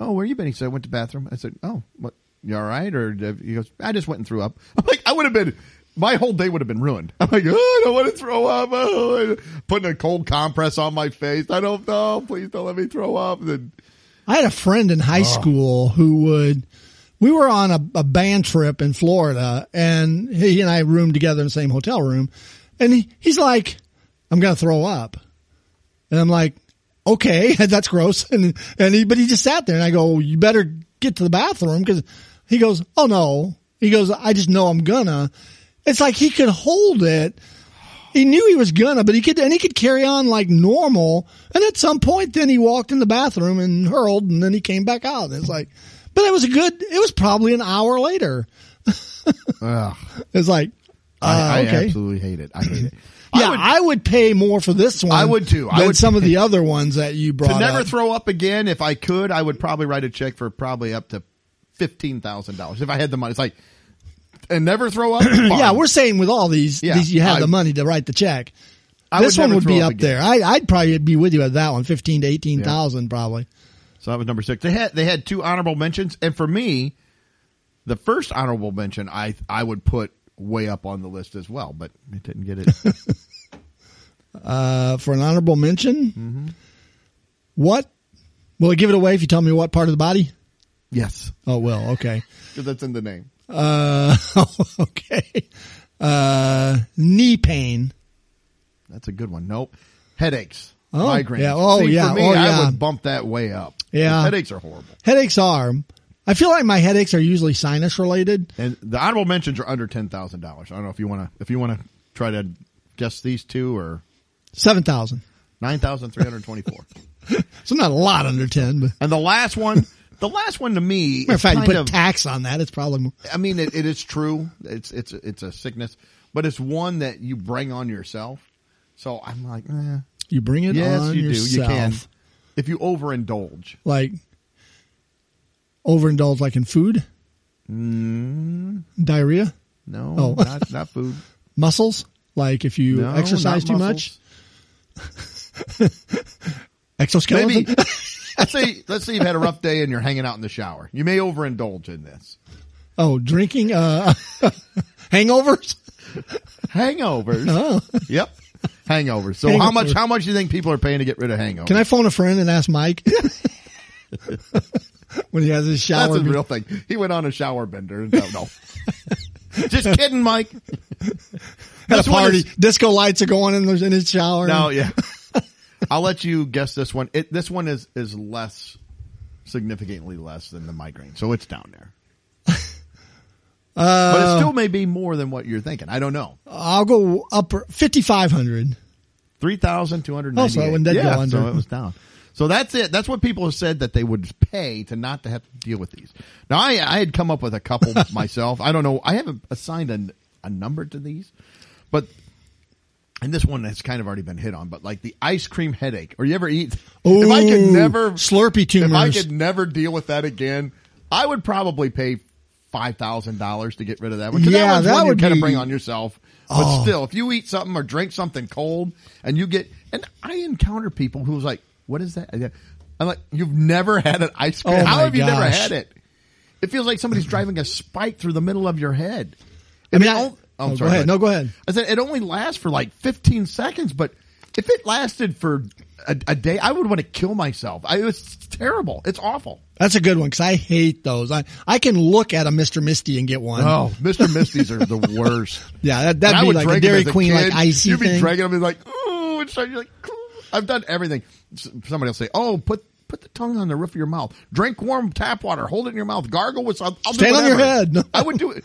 Speaker 1: "Oh, where you been?" He said, "I went to bathroom." I said, "Oh, what? You all right?" Or he goes, "I just went and threw up." I'm like, "I would have been." My whole day would have been ruined. I'm like, oh, I don't want to throw up. Oh, putting a cold compress on my face. I don't know. Please don't let me throw up. Then
Speaker 2: I had a friend in high school who would. We were on a, a band trip in Florida, and he and I roomed together in the same hotel room. And he, he's like, "I'm gonna throw up," and I'm like, "Okay, that's gross." And and he, but he just sat there, and I go, "You better get to the bathroom," because he goes, "Oh no," he goes, "I just know I'm gonna." It's like he could hold it. He knew he was gonna, but he could, and he could carry on like normal. And at some point, then he walked in the bathroom and hurled, and then he came back out. It's like, but it was a good. It was probably an hour later.
Speaker 1: Ugh.
Speaker 2: It's like, uh,
Speaker 1: I, I
Speaker 2: okay,
Speaker 1: absolutely hate it. I hate it.
Speaker 2: yeah, I would, pay more for this one.
Speaker 1: I would too. I
Speaker 2: than
Speaker 1: would-
Speaker 2: some of the other ones that you brought.
Speaker 1: to never
Speaker 2: up.
Speaker 1: throw up again. If I could, I would probably write a check for probably up to fifteen thousand dollars if I had the money. It's like and never throw up.
Speaker 2: yeah, we're saying with all these,
Speaker 1: Yeah,
Speaker 2: these you have
Speaker 1: I-
Speaker 2: the money to write the check.
Speaker 1: I
Speaker 2: this
Speaker 1: would
Speaker 2: one
Speaker 1: never
Speaker 2: would be
Speaker 1: throw up
Speaker 2: up there. I, I'd probably be with you at that one, fifteen to eighteen
Speaker 1: Yeah.
Speaker 2: thousand, probably.
Speaker 1: so that was number six. They had they had two honorable mentions, and for me, the first honorable mention I I would put way up on the list as well, but it didn't get it.
Speaker 2: Uh, for an honorable mention,
Speaker 1: Mm-hmm.
Speaker 2: what? Will it give it away if you tell me what part of the body?
Speaker 1: yes,
Speaker 2: Oh, well, okay.
Speaker 1: because that's in the name.
Speaker 2: Uh, okay. Uh, knee pain.
Speaker 1: That's a good one. Nope. Headaches.
Speaker 2: Oh,
Speaker 1: migraines.
Speaker 2: yeah. Oh,
Speaker 1: See,
Speaker 2: yeah.
Speaker 1: For me,
Speaker 2: Oh,
Speaker 1: I
Speaker 2: yeah.
Speaker 1: would bump that way up.
Speaker 2: Yeah.
Speaker 1: Headaches are horrible.
Speaker 2: Headaches are. I feel like my headaches are usually sinus related.
Speaker 1: And the honorable mentions are under ten thousand dollars. I don't know if you want to if you want to try to guess these two or
Speaker 2: 7,000.
Speaker 1: nine thousand three hundred twenty four.
Speaker 2: So not a lot under 10, but
Speaker 1: and the last one, the last one to me,
Speaker 2: matter
Speaker 1: is
Speaker 2: of fact, you
Speaker 1: kind
Speaker 2: put
Speaker 1: of-
Speaker 2: tax on that. It's probably more.
Speaker 1: I mean, it, it is true. It's it's it's a sickness, but it's one that you bring on yourself. So I'm like, eh.
Speaker 2: You bring it
Speaker 1: yes,
Speaker 2: on
Speaker 1: you
Speaker 2: yourself.
Speaker 1: do. You can if you overindulge.
Speaker 2: Like, overindulge, like in food?
Speaker 1: Mm.
Speaker 2: Diarrhea?
Speaker 1: No,
Speaker 2: Oh.
Speaker 1: not not food.
Speaker 2: Muscles? Like if you
Speaker 1: No,
Speaker 2: exercise
Speaker 1: not
Speaker 2: too much?
Speaker 1: muscles.
Speaker 2: Exoskeleton?
Speaker 1: Maybe. Let's say, let's say you've had a rough day and you're hanging out in the shower. You may overindulge in this.
Speaker 2: Oh, drinking, uh, hangovers?
Speaker 1: Hangovers.
Speaker 2: Uh-huh.
Speaker 1: Yep. Hangovers. So how
Speaker 2: Hangovers.
Speaker 1: much how much do you think people are paying to get rid of hangovers?
Speaker 2: Can I phone a friend and ask Mike when he has his shower?
Speaker 1: That's a real thing. He went on a shower bender. No, no. Just kidding, Mike.
Speaker 2: at
Speaker 1: This
Speaker 2: a
Speaker 1: one
Speaker 2: party,
Speaker 1: is-
Speaker 2: disco lights are going in, there's in his shower.
Speaker 1: no, yeah. I'll let you guess this one. It, this one is is less significantly less than the migraine. So it's down there.
Speaker 2: Uh,
Speaker 1: but it still may be more than what you're thinking. I don't know.
Speaker 2: I'll go upper fifty five hundred.
Speaker 1: Three thousand two hundred
Speaker 2: Oh,
Speaker 1: ninety-eight.
Speaker 2: so it did go
Speaker 1: yeah,
Speaker 2: under.
Speaker 1: so it was down. So that's it. That's what people have said that they would pay to not to have to deal with these. Now I I had come up with a couple myself. I don't know. I haven't assigned a, a number to these, but and this one has kind of already been hit on. But like the ice cream headache, or you ever eat? if I could
Speaker 2: Ooh,
Speaker 1: never
Speaker 2: Slurpee
Speaker 1: if I
Speaker 2: tumors.
Speaker 1: could never deal with that again, I would probably pay five thousand dollars to get rid of that one. 'Cause
Speaker 2: Yeah,
Speaker 1: that, one's
Speaker 2: that
Speaker 1: one you
Speaker 2: would
Speaker 1: kind of
Speaker 2: be-
Speaker 1: bring on yourself. But
Speaker 2: Oh.
Speaker 1: still, if you eat something or drink something cold and you get, and I encounter people who's like, "What is that?" I'm like, "You've never had an ice cream?
Speaker 2: Oh
Speaker 1: How
Speaker 2: my
Speaker 1: have you never
Speaker 2: gosh.
Speaker 1: had it?" It feels like somebody's driving a spike through the middle of your head.
Speaker 2: I mean, I,
Speaker 1: Oh,
Speaker 2: oh,
Speaker 1: I'm
Speaker 2: go
Speaker 1: sorry,
Speaker 2: ahead.
Speaker 1: but-
Speaker 2: No, go ahead.
Speaker 1: I said it only lasts for like 15 seconds, but if it lasted for a, a day, I would want to kill myself. I, it's terrible. It's awful.
Speaker 2: That's a good one because I hate those. I I can look at a Mister Misty and get one.
Speaker 1: Mr. Misty's are the worst.
Speaker 2: Oh. yeah,
Speaker 1: Oh.
Speaker 2: that,
Speaker 1: And
Speaker 2: that'd
Speaker 1: I
Speaker 2: be
Speaker 1: would
Speaker 2: like a
Speaker 1: drink 'em
Speaker 2: Dairy
Speaker 1: as a
Speaker 2: Queen, like
Speaker 1: kid.
Speaker 2: icy
Speaker 1: You'd be
Speaker 2: thing.
Speaker 1: drinking them and like, ooh, and so you're like, "Ooh." I've done everything. S- Somebody will say, oh, put put the tongue on the roof of your mouth. Drink warm tap water. Hold it in your mouth. Gargle with something. I'll do
Speaker 2: Stand on your
Speaker 1: whatever.
Speaker 2: head. No.
Speaker 1: I would do it.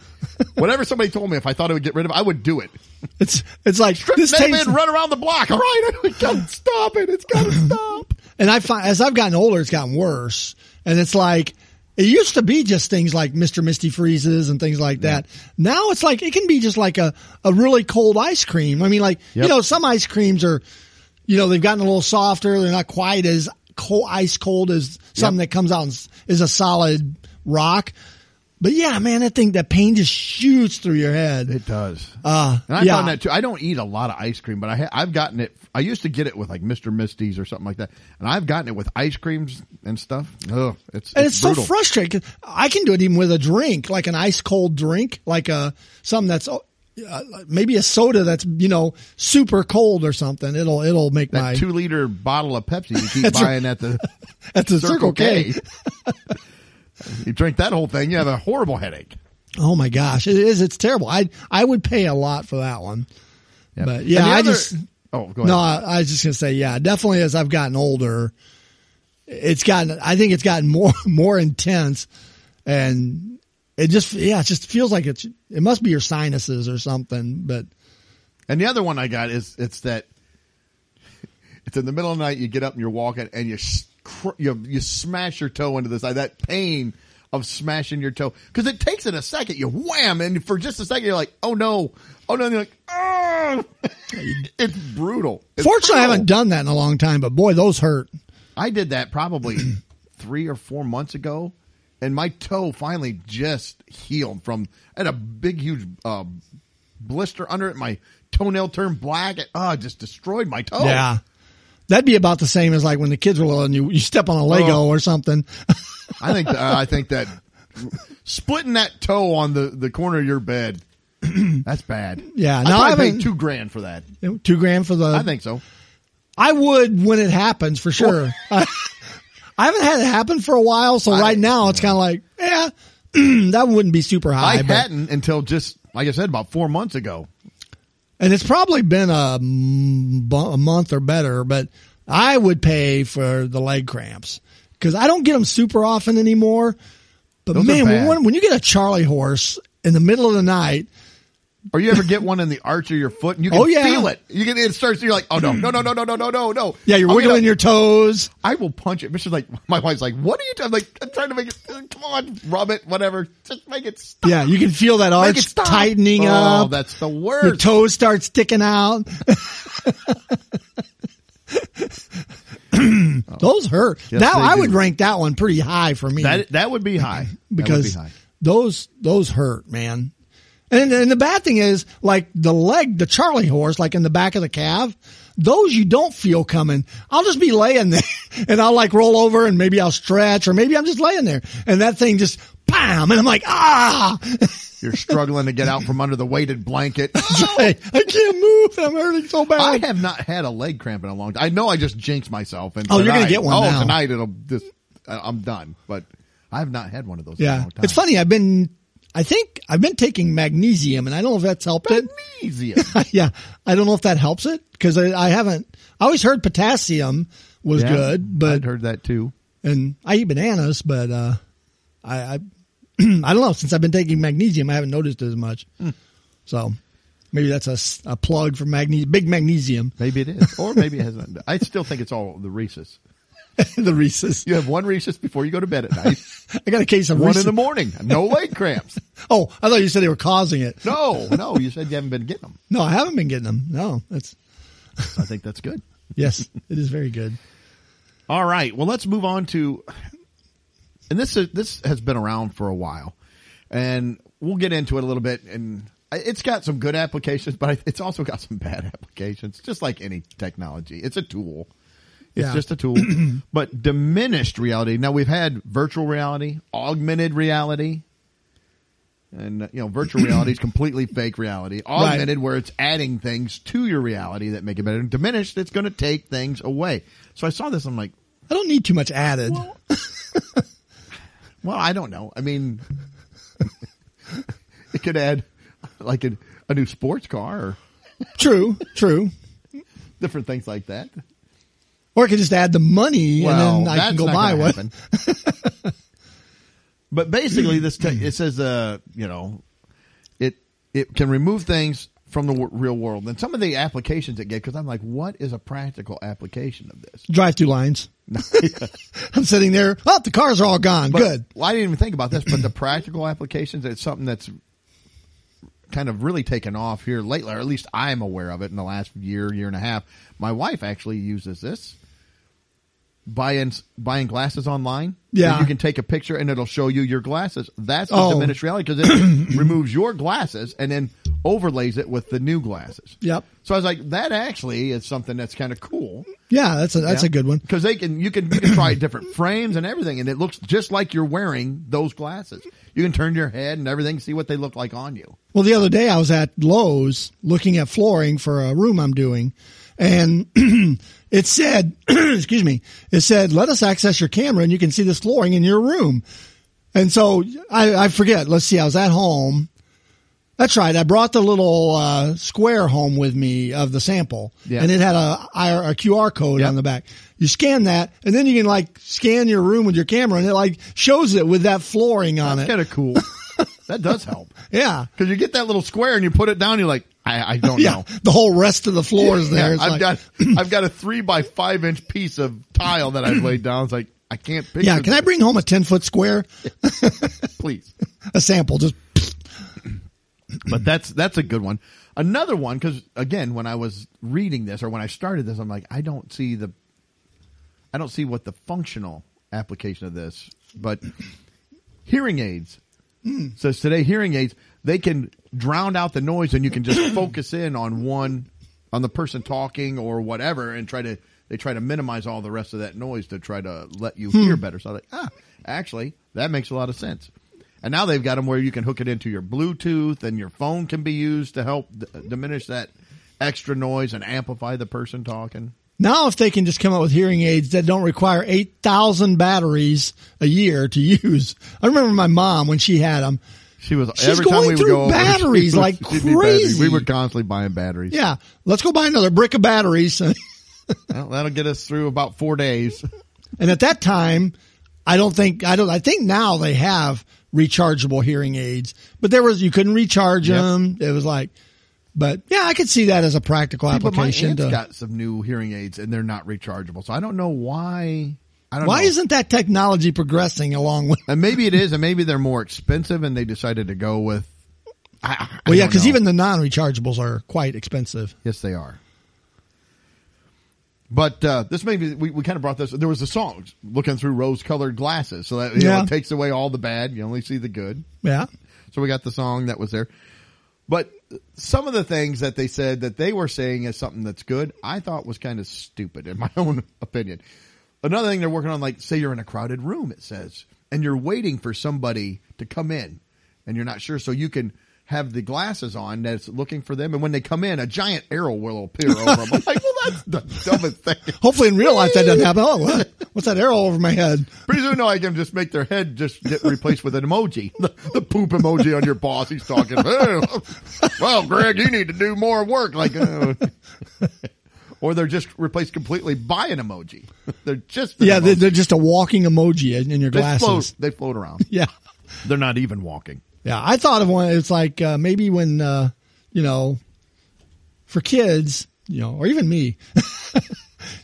Speaker 1: Whatever somebody told me, if I thought it would get rid of, it, I would do it.
Speaker 2: It's it's like this
Speaker 1: Maybe
Speaker 2: tastes.
Speaker 1: run around the block. All right, gotta stop it. It's gotta stop.
Speaker 2: And I find as I've gotten older, it's gotten worse. And it's like it used to be just things like Mr. Misty freezes and things like that. Now it's like it can be just like a, a really cold ice cream. I mean, like
Speaker 1: Yep.
Speaker 2: you know, some ice creams are, you know, they've gotten a little softer. They're not quite as cold, ice cold as something that comes out and s- is a solid rock. But yeah, man, that thing, that pain just shoots through your head.
Speaker 1: It does.
Speaker 2: Uh,
Speaker 1: and I
Speaker 2: yeah.
Speaker 1: found that too. I don't eat a lot of ice cream, but I ha- I've gotten it. I used to get it with like Mr. Misty's or something like that, and I've gotten it with ice creams and stuff. Ugh, it's
Speaker 2: and it's,
Speaker 1: brutal.
Speaker 2: so frustrating. 'cause I can do it even with a drink, like an ice cold drink, like a something that's uh, maybe a soda that's you know super cold or something. It'll it'll make
Speaker 1: that
Speaker 2: my
Speaker 1: two liter bottle of Pepsi you keep buying at the
Speaker 2: that's a
Speaker 1: Circle K. you drink that whole thing, you have a horrible headache.
Speaker 2: Oh my gosh, it is. It's terrible. I I would pay a lot for that one. But yeah,
Speaker 1: And the
Speaker 2: I
Speaker 1: other-
Speaker 2: just
Speaker 1: oh go ahead.
Speaker 2: no. I, I was just gonna say yeah. Definitely, as I've gotten older, it's gotten. I think it's gotten more more intense, and it just yeah, it just feels like it's. It must be your sinuses or something. But
Speaker 1: And the other one I got is it's that it's in the middle of the night. You get up and you're walking, and you s- cr- you you smash your toe into this. Like that pain of smashing your toe because it takes it a second. You wham, and for just a second you're like, oh no, oh no. And you're like, oh, it's brutal. It's
Speaker 2: fortunately, I haven't
Speaker 1: brutal.
Speaker 2: done that in a long time. But boy, those hurt.
Speaker 1: I did that probably three or four months ago, and my toe finally just healed from. I had a big, huge uh, blister under it. My toenail turned black. It uh, just destroyed my toe.
Speaker 2: Yeah. That'd be about the same as like when the kids were little and you, you step on a Lego
Speaker 1: Oh.
Speaker 2: or something.
Speaker 1: I think uh, I think that splitting that toe on the, the corner of your bed, that's bad.
Speaker 2: Yeah,
Speaker 1: I
Speaker 2: no,
Speaker 1: probably
Speaker 2: I
Speaker 1: paid
Speaker 2: mean- uh,
Speaker 1: two grand for that.
Speaker 2: Two grand for the.
Speaker 1: I think so.
Speaker 2: I would when it happens for sure. I, I haven't had it happen for a while, so
Speaker 1: I-
Speaker 2: right now it's kind of like, yeah, that wouldn't be super
Speaker 1: I,
Speaker 2: high. but-
Speaker 1: hadn't until just like I said about four months ago.
Speaker 2: and it's probably been a, m- bu- a month or better, but I would pay for the leg cramps because I don't get them super often anymore. But
Speaker 1: Those are
Speaker 2: man,
Speaker 1: bad.
Speaker 2: when, when you get a Charlie horse in the middle of the night,
Speaker 1: Or you ever get one in the arch of your foot and you can
Speaker 2: Oh, yeah. Hmm.
Speaker 1: feel it. You can it starts. You're like, oh no, no, no, no, no, no, no, no, no.
Speaker 2: yeah, you're
Speaker 1: I'll get
Speaker 2: wiggling
Speaker 1: up.
Speaker 2: your toes.
Speaker 1: I will punch it. She's like, my wife's like, what are you doing? I'm like, I'm trying to make it. Come on, rub it, whatever. Just make it stop.
Speaker 2: Yeah, you can feel that
Speaker 1: Make it
Speaker 2: arch
Speaker 1: stop.
Speaker 2: tightening
Speaker 1: oh,
Speaker 2: up.
Speaker 1: That's the
Speaker 2: Your
Speaker 1: worst.
Speaker 2: toes start sticking out. those hurt.
Speaker 1: Yes,
Speaker 2: that
Speaker 1: they
Speaker 2: I would
Speaker 1: do.
Speaker 2: rank that one pretty high for me
Speaker 1: that that would be high.
Speaker 2: because
Speaker 1: that would be high.
Speaker 2: those those hurt, man. And and the bad thing is, like the leg, the Charlie horse, like in the back of the calf, those you don't feel coming. I'll just be laying there, and I'll like roll over, and maybe I'll stretch, or maybe I'm just laying there, and that thing just bam, and I'm like ah,
Speaker 1: You're struggling to get out from under the weighted blanket.
Speaker 2: I can't move, I'm hurting so bad.
Speaker 1: I have not had a leg cramp in a long time. I know I just jinxed myself. And
Speaker 2: Oh, you're gonna
Speaker 1: tonight-
Speaker 2: get one
Speaker 1: Oh,
Speaker 2: now.
Speaker 1: tonight it'll just. I- I'm done. But I have not had one of those. in a
Speaker 2: Yeah.
Speaker 1: long time.
Speaker 2: It's funny. I've been, I think I've been taking magnesium and I don't know if that's helped it.
Speaker 1: Magnesium.
Speaker 2: yeah. I don't know if that helps it because I, I haven't, I always heard potassium was
Speaker 1: Yeah,
Speaker 2: good, but,
Speaker 1: I'd heard that too.
Speaker 2: and I eat bananas, but, uh, I, I, I don't know. Since I've been taking magnesium, I haven't noticed as much.
Speaker 1: Hmm.
Speaker 2: So maybe that's a s- a, plug for magnesium, big magnesium,
Speaker 1: Maybe it is, or maybe it hasn't. I still think it's all the Reese's.
Speaker 2: the Reese's.
Speaker 1: You have one Reese's before you go to bed at night.
Speaker 2: I got a case of
Speaker 1: one
Speaker 2: Reese's.
Speaker 1: in the morning. No leg cramps.
Speaker 2: oh, I thought you said they were causing it.
Speaker 1: No, no. You said you haven't been getting them.
Speaker 2: No, I haven't been getting them. No, that's,
Speaker 1: I think that's good.
Speaker 2: yes, it is very good.
Speaker 1: All right. Well, let's move on to, and this is, this has been around for a while, and we'll get into it a little bit. And I- it's got some good applications, but it's also got some bad applications. Just like any technology, it's a tool. It's
Speaker 2: Yeah.
Speaker 1: just a tool. but diminished reality. Now we've had virtual reality, augmented reality. And uh, you know, virtual reality is completely fake reality. Augmented, where it's adding things to your reality that make it better. And diminished, it's going to take things away. So I saw this. I'm like,
Speaker 2: I don't need too much added.
Speaker 1: Well, I don't know. I mean, it could add like a, a new sports car or
Speaker 2: true, true.
Speaker 1: different things like that.
Speaker 2: Or I could just add the money and then I can
Speaker 1: that's
Speaker 2: go
Speaker 1: not
Speaker 2: buy
Speaker 1: gonna
Speaker 2: one.
Speaker 1: happen. but basically, this tech it says, uh, you know, it it can remove things from the w- real world. And some of the applications it get, because I'm like, what is a practical application of this?
Speaker 2: Drive through lines. I'm sitting there. Oh, the cars are all gone.
Speaker 1: But-
Speaker 2: Good.
Speaker 1: Well, I didn't even think about this, but the practical applications, it's something that's kind of really taken off here lately, or at least I'm aware of it in the last year, year and a half. My wife actually uses this. buying buying glasses online.
Speaker 2: Yeah.
Speaker 1: And you can take a picture and it'll show you your glasses. That's the
Speaker 2: Oh.
Speaker 1: diminished reality because it removes your glasses and then overlays it with the new glasses.
Speaker 2: Yep.
Speaker 1: So I was like, that actually is something that's kind of cool
Speaker 2: Yeah, that's a that's a good one.
Speaker 1: because they can you can you can try different frames and everything, and it looks just like you're wearing those glasses. You can turn your head and everything, see what they look like on you.
Speaker 2: Well, the other day I was at Lowe's looking at flooring for a room I'm doing, and it said, excuse me, it said, let us access your camera and you can see this flooring in your room. And so I, I forget. Let's see, I was at home. That's right. I brought the little uh, square home with me of the sample,
Speaker 1: Yeah.
Speaker 2: and it had a, IR a QR code
Speaker 1: Yep.
Speaker 2: on the back. You scan that, and then you can like scan your room with your camera, and it like shows it with that flooring on it.
Speaker 1: Kind of cool. that does help
Speaker 2: Yeah.
Speaker 1: because you get that little square and you put it down. You're like, I, I don't
Speaker 2: Yeah,
Speaker 1: know.
Speaker 2: the whole rest of the floor is
Speaker 1: Yeah,
Speaker 2: there. It's
Speaker 1: I've
Speaker 2: like-
Speaker 1: got I've got a three by five inch piece of tile that I've laid down. It's like I can't picture.
Speaker 2: yeah, can I bring home a ten foot square?
Speaker 1: this, please?
Speaker 2: A sample, just
Speaker 1: But that's that's a good one. Another one because again, when I was reading this or when I started this, I'm like, I don't see the, I don't see what the functional application of this. But hearing aids says today, hearing aids they can drown out the noise and you can just focus in on one on the person talking or whatever and try to they try to minimize all the rest of that noise to try to let
Speaker 2: Hmm.
Speaker 1: you hear better. So I'm like, ah, actually, that makes a lot of sense. And now they've got them where you can hook it into your Bluetooth and your phone can be used to help d- uh, diminish that extra noise and amplify the person talking.
Speaker 2: now if they can just come up with hearing aids that don't require eight thousand batteries a year to use. I remember my mom when she had them.
Speaker 1: She was
Speaker 2: She's
Speaker 1: every
Speaker 2: going
Speaker 1: time we
Speaker 2: through
Speaker 1: would go over, she
Speaker 2: batteries
Speaker 1: was-
Speaker 2: like
Speaker 1: she'd be batteries.
Speaker 2: crazy.
Speaker 1: We were constantly buying batteries.
Speaker 2: Yeah, let's go buy another brick of batteries. and
Speaker 1: Well, that'll get us through about four days.
Speaker 2: at that time, I don't think I don't. I think now they have rechargeable hearing aids, but there was you couldn't recharge
Speaker 1: Yep.
Speaker 2: them. It was like, but yeah, I could see that as a practical
Speaker 1: But my
Speaker 2: application.
Speaker 1: aunt's
Speaker 2: to-
Speaker 1: got some new hearing aids, and they're not rechargeable. So I don't know why. I don't
Speaker 2: why
Speaker 1: know.
Speaker 2: isn't that technology progressing along with?
Speaker 1: and maybe it is, and maybe they're more expensive, and they decided to go with. I, I- I
Speaker 2: Well, yeah,
Speaker 1: don't
Speaker 2: because
Speaker 1: know.
Speaker 2: even the non-rechargeables are quite expensive.
Speaker 1: yes, they are. But uh, this maybe we, we kind of brought this. There was the songs looking through rose-colored glasses, so that you know,
Speaker 2: Yeah.
Speaker 1: it takes away all the bad. You only see the good.
Speaker 2: Yeah.
Speaker 1: So we got the song that was there. But some of the things that they said that they were saying as something that's good, I thought was kind of stupid in my own opinion. Another thing they're working on, like, say you're in a crowded room, it says, and you're waiting for somebody to come in and you're not sure. So you can have the glasses on that's looking for them. And when they come in, a giant arrow will appear over them. I'm like, well, that's the dumbest thing.
Speaker 2: Hopefully, in real life, that doesn't happen. Oh, what? what's that arrow over my head?
Speaker 1: Pretty soon, no, I can just make their head just get replaced with an emoji. The, the poop emoji on your boss. He's talking, "Hey, well, Greg, you need to do more work. Like, uh, or they're just replaced completely by an emoji. They're just, an
Speaker 2: Yeah, they're,
Speaker 1: emoji.
Speaker 2: they're just a walking emoji in in your
Speaker 1: They
Speaker 2: glasses.
Speaker 1: float, they float around.
Speaker 2: Yeah,
Speaker 1: They're not even walking.
Speaker 2: yeah. I thought of one. It's like uh, maybe when uh, you know, for kids, you know, or even me,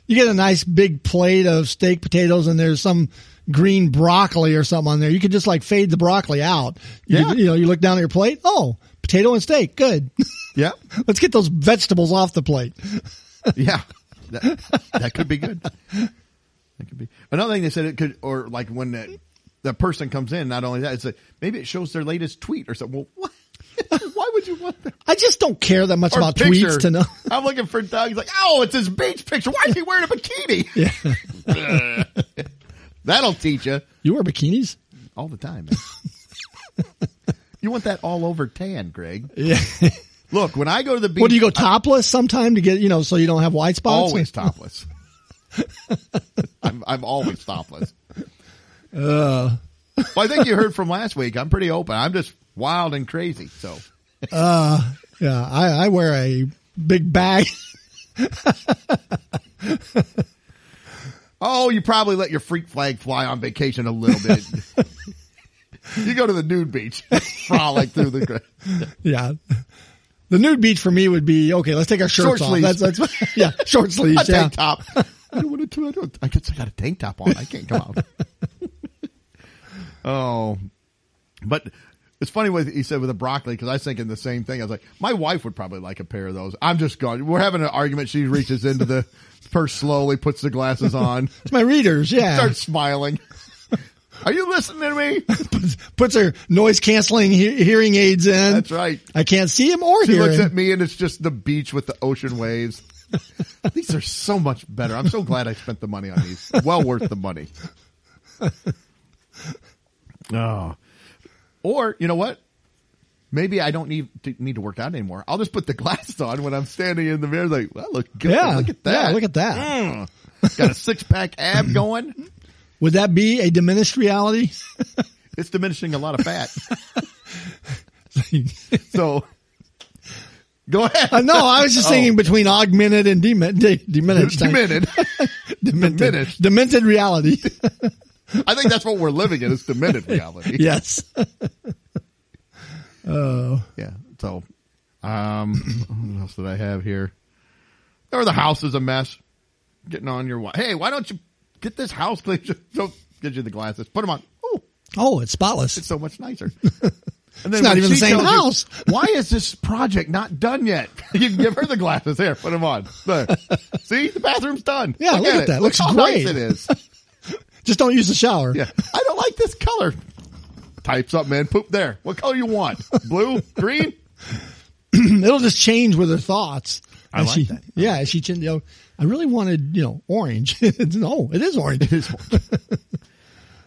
Speaker 2: you get a nice big plate of steak potatoes, and there's some green broccoli or something on there. You could just like fade the broccoli out. You
Speaker 1: Yeah.
Speaker 2: could- you know, you look down at your plate. Oh, potato and steak. Good.
Speaker 1: Yeah.
Speaker 2: Let's get those vegetables off the plate.
Speaker 1: Yeah. That, that could be good. That could be another thing they said it could, or like when that, that person comes in, not only that, it's like, maybe it shows their latest tweet or something. Well, what? Why would you want that?
Speaker 2: I just don't care that much
Speaker 1: or
Speaker 2: about
Speaker 1: picture.
Speaker 2: tweets to know.
Speaker 1: I'm looking for Doug's like, oh, it's his beach picture. Why is he wearing a bikini? That'll teach you
Speaker 2: You wear bikinis?
Speaker 1: all the time. man. you want that all over tan, Greg.
Speaker 2: Yeah.
Speaker 1: Look, when I go to the beach,
Speaker 2: what do you go topless sometime to get you know so you don't have white spots?
Speaker 1: always topless. I'm, I'm always topless.
Speaker 2: Uh.
Speaker 1: Well, I think you heard from last week. I'm pretty open. I'm just wild and crazy. So
Speaker 2: Yeah, I, I wear a big bag.
Speaker 1: Oh, you probably let your freak flag fly on vacation a little bit. you go to the nude beach, frolic through the gra-
Speaker 2: yeah. The nude beach for me would be okay. Let's take our shirts
Speaker 1: Short
Speaker 2: off.
Speaker 1: sleeves.
Speaker 2: That's, that's yeah, short
Speaker 1: a
Speaker 2: sleeves. yeah,
Speaker 1: tank top. I don't want to. I, don't, I guess I got a tank top on. I can't come out. oh, but It's funny what he said with the broccoli because I was thinking the same thing. I was like, my wife would probably like a pair of those. I'm just going. We're having an argument. She reaches into the purse slowly, puts the glasses on,
Speaker 2: It's my readers, yeah.
Speaker 1: starts smiling. Are you listening to me?
Speaker 2: Puts their noise canceling he- hearing aids in.
Speaker 1: That's right.
Speaker 2: I can't see him or
Speaker 1: She
Speaker 2: hear
Speaker 1: looks
Speaker 2: him.
Speaker 1: at me and it's just the beach with the ocean waves. these are so much better. I'm so glad I spent the money on these. Well worth the money. Oh. Or, you know what? Maybe I don't need to, need to work out anymore. I'll just put the glasses on when I'm standing in the mirror like, well, look good.
Speaker 2: yeah,
Speaker 1: Look at that.
Speaker 2: Yeah, look at that.
Speaker 1: Mm. Got a six pack ab going.
Speaker 2: Would that be a diminished reality?
Speaker 1: It's diminishing a lot of fat. So go ahead.
Speaker 2: Uh, no, I was just
Speaker 1: Oh.
Speaker 2: thinking between augmented and demi- de- diminished.
Speaker 1: Demented.
Speaker 2: Demented.
Speaker 1: diminished.
Speaker 2: Demented reality.
Speaker 1: I think that's what we're living in is demented reality.
Speaker 2: yes.
Speaker 1: Yeah. So, um, what else did I have here? Or the house is a mess. Getting on your wa- hey, why don't you get this house clean? Don't get you the glasses. Put them on. Oh,
Speaker 2: Oh, it's spotless.
Speaker 1: it's so much nicer. And then
Speaker 2: It's not
Speaker 1: when
Speaker 2: even
Speaker 1: she
Speaker 2: the same
Speaker 1: tells you,
Speaker 2: house.
Speaker 1: why is this project not done yet? You can give her the glasses. Here, put them on. There. See, the bathroom's done.
Speaker 2: Yeah, look at
Speaker 1: it.
Speaker 2: that. Looks
Speaker 1: how
Speaker 2: great.
Speaker 1: Nice it is.
Speaker 2: Just don't use the shower.
Speaker 1: Yeah. I don't like this color. Type something in. Poop there. What color you want? Blue? Green?
Speaker 2: It'll just change with her thoughts.
Speaker 1: I
Speaker 2: And
Speaker 1: like
Speaker 2: she,
Speaker 1: that.
Speaker 2: Yeah, and she you know, I really wanted you know orange. no, it is orange.
Speaker 1: It is orange.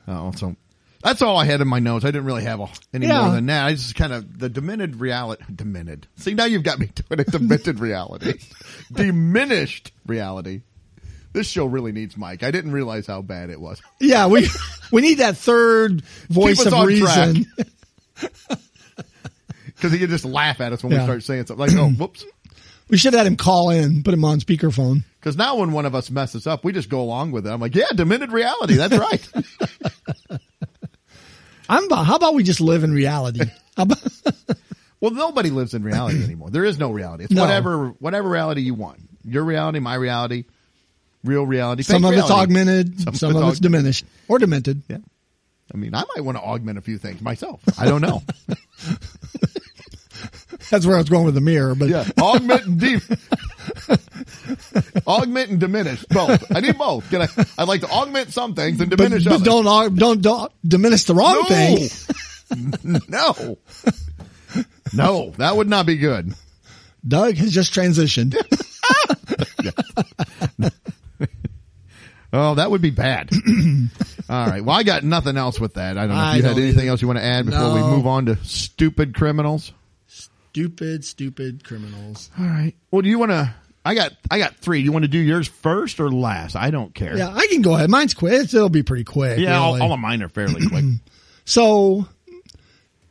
Speaker 1: oh, so that's all I had in my notes. I didn't really have a, any
Speaker 2: Yeah.
Speaker 1: more than that. I just kind of the demented reality. Demented. See, now you've got me doing it. Demented reality. Diminished reality. This show really needs Mike. I didn't realize how bad it was.
Speaker 2: Yeah, we we need that third voice
Speaker 1: us
Speaker 2: of
Speaker 1: on
Speaker 2: reason.
Speaker 1: Because he could just laugh at us when we
Speaker 2: Yeah.
Speaker 1: start saying something like, "Oh, whoops."
Speaker 2: We should have had him call in, put him on speakerphone.
Speaker 1: Because now when one of us messes up, we just go along with it. I'm like, "Yeah, demented reality. That's right."
Speaker 2: I'm about, how about we just live in reality? How about,
Speaker 1: Well, nobody lives in reality anymore. There is no reality. It's
Speaker 2: No.
Speaker 1: whatever whatever reality you want. Your reality, my reality, real reality. fake
Speaker 2: some of it's
Speaker 1: reality.
Speaker 2: augmented,
Speaker 1: Some
Speaker 2: some,
Speaker 1: of
Speaker 2: of
Speaker 1: it's
Speaker 2: it's
Speaker 1: aug-
Speaker 2: diminished or demented.
Speaker 1: Yeah. I mean, I might want to augment a few things myself. I don't know.
Speaker 2: That's where I was going with the mirror, but
Speaker 1: yeah, augment and deep, augment and diminish both. I need both. Can I? I'd like to augment some things and
Speaker 2: but,
Speaker 1: diminish
Speaker 2: but
Speaker 1: others.
Speaker 2: don't ar- don't don't diminish the wrong thing.
Speaker 1: no. no, no, that would not be good.
Speaker 2: Doug has just transitioned.
Speaker 1: Oh, that would be bad. All right. Well, I got nothing else with that. I don't know if
Speaker 2: I
Speaker 1: you had
Speaker 2: don't
Speaker 1: anything
Speaker 2: either.
Speaker 1: else you want to add before we
Speaker 2: No.
Speaker 1: move on to stupid criminals.
Speaker 2: Stupid, stupid criminals.
Speaker 1: All right. Well, do you want to? I got I got three. Do you want to do yours first or last? I don't care.
Speaker 2: Yeah, I can go ahead. Mine's quick. It's- It'll be pretty quick.
Speaker 1: Yeah, all,
Speaker 2: really.
Speaker 1: all of mine are fairly quick.
Speaker 2: So,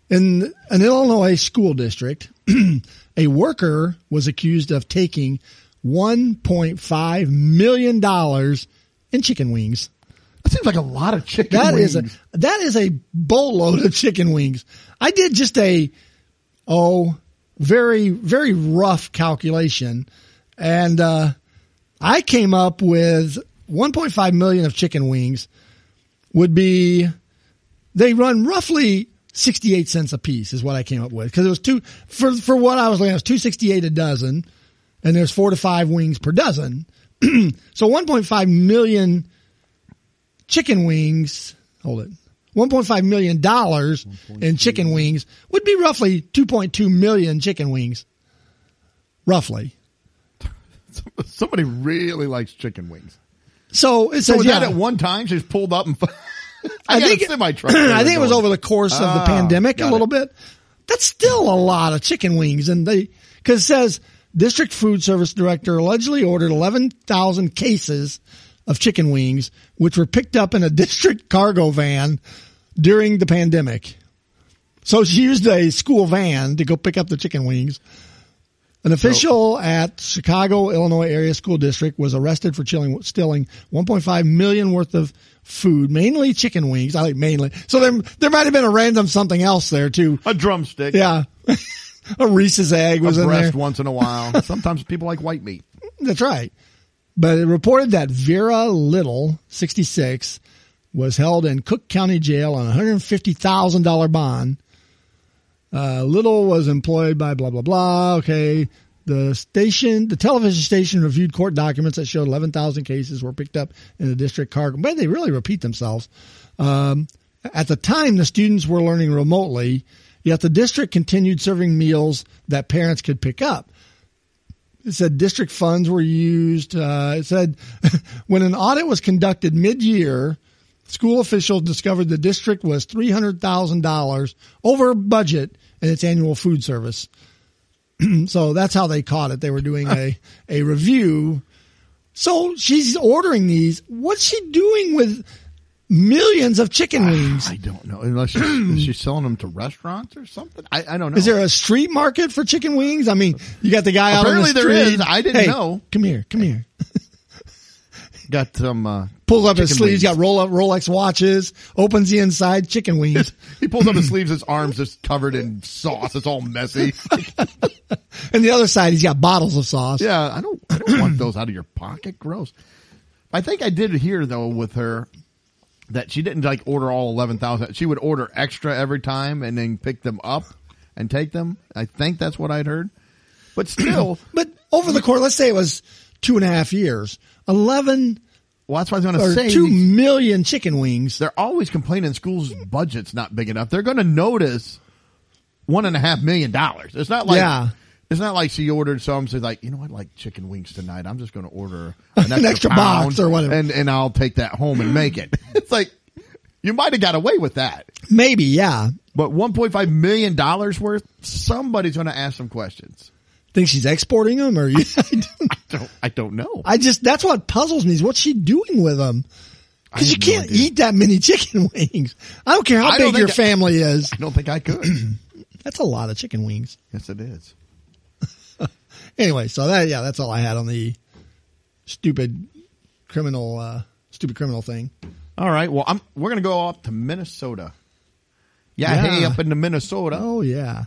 Speaker 2: in an Illinois school district, a worker was accused of taking $1.5 million in chicken wings.
Speaker 1: that seems like a lot of chicken
Speaker 2: That is
Speaker 1: wings.
Speaker 2: a that is a boatload of chicken wings. I did just a oh very very rough calculation, and uh, I came up with 1.5 million of chicken wings would be they run roughly 68 cents a piece is what I came up with because it was two for for what I was looking at it was 268 a dozen, and there's four to five wings per dozen. so 1.5 million chicken wings. Hold it. $1.5 million dollars in chicken wings would be roughly 2.2 million chicken wings. Roughly.
Speaker 1: Somebody really likes chicken wings.
Speaker 2: So it
Speaker 1: So
Speaker 2: says,
Speaker 1: was
Speaker 2: yeah,
Speaker 1: that at one time? She just pulled up and. I,
Speaker 2: I
Speaker 1: got
Speaker 2: think
Speaker 1: a
Speaker 2: it-
Speaker 1: semi truck.
Speaker 2: I think it was over the course of
Speaker 1: Ah,
Speaker 2: the pandemic a
Speaker 1: got
Speaker 2: little
Speaker 1: it.
Speaker 2: bit. That's still a lot of chicken wings. And they, cause it says district food service director allegedly ordered 11,000 cases of chicken wings, which were picked up in a district cargo van during the pandemic. So she used a school van to go pick up the chicken wings. An official at Chicago, Illinois area school district was arrested for chilling, stealing 1.5 million worth of food, mainly chicken wings. I like mainly. So there, there might have been a random something else there too.
Speaker 1: a drumstick.
Speaker 2: Yeah. a Reese's egg
Speaker 1: a
Speaker 2: was in there.
Speaker 1: breast once in a while. Sometimes people like white meat.
Speaker 2: That's right. But it reported that Vera Little, 66, was held in Cook County Jail on a $150,000 bond Uh, Little was employed by blah blah blah. Okay, the station, the television station, reviewed court documents that showed eleven thousand cases were picked up in the district cargo. But they really repeat themselves. Um, at the time, the students were learning remotely, yet the district continued serving meals that parents could pick up. It said district funds were used. Uh, it said when an audit was conducted mid-year, school officials discovered the district was three hundred thousand dollars over budget in its annual food service. so that's how they caught it. They were doing a a review. So she's ordering these. What's she doing with millions of chicken wings?
Speaker 1: Ah, I don't know. Unless she's, is she selling them to restaurants or something? I, I don't know.
Speaker 2: Is there a street market for chicken wings? I mean, you got the guy out on the
Speaker 1: Apparently
Speaker 2: street.
Speaker 1: there is. I didn't
Speaker 2: Hey,
Speaker 1: know.
Speaker 2: Come here, come here.
Speaker 1: got some? Uh,
Speaker 2: Pulls up his
Speaker 1: chicken
Speaker 2: sleeves. Got roll up Rolex watches. Opens the inside. Chicken wings.
Speaker 1: wings. He pulls up his sleeves. His arms just covered in sauce. It's all messy.
Speaker 2: and the other side, he's got bottles of sauce.
Speaker 1: Yeah, I don't. I don't want those out of your pocket. Gross. I think I did hear though with her that she didn't like order all eleven thousand. She would order extra every time and then pick them up and take them. I think that's what I'd heard. But still,
Speaker 2: But over the course, let's say it was two and a half years, eleven
Speaker 1: well, that's what I was
Speaker 2: or
Speaker 1: going to say.
Speaker 2: two million chicken wings.
Speaker 1: They're always complaining schools' budget's not big enough. They're going to notice one and a half million dollars. It's not like
Speaker 2: Yeah.
Speaker 1: It's not like she ordered some. She's like, you know, I like chicken wings tonight. I'm just going to order an extra,
Speaker 2: extra
Speaker 1: pound
Speaker 2: box or whatever.
Speaker 1: and and I'll take that home and make it. It's like you might have got away with that,
Speaker 2: Maybe, yeah.
Speaker 1: but 1.5 million dollars worth. Somebody's going to ask some questions.
Speaker 2: Think she's exporting them, or you,
Speaker 1: Don't, I don't know.
Speaker 2: I just that's what puzzles me is what's she doing with them?
Speaker 1: I
Speaker 2: Because you
Speaker 1: have no
Speaker 2: can't
Speaker 1: idea.
Speaker 2: eat that many chicken wings. I don't care how
Speaker 1: I don't
Speaker 2: big your
Speaker 1: think I-
Speaker 2: family is.
Speaker 1: I don't think I could.
Speaker 2: That's a lot of chicken wings.
Speaker 1: yes, it is.
Speaker 2: Anyway, so that yeah, that's all I had on the stupid criminal, uh, stupid criminal thing.
Speaker 1: All right. Well, I'm, we're going to go up to Minnesota. Yeah,
Speaker 2: Yeah.
Speaker 1: hey, up into Minnesota.
Speaker 2: Oh yeah,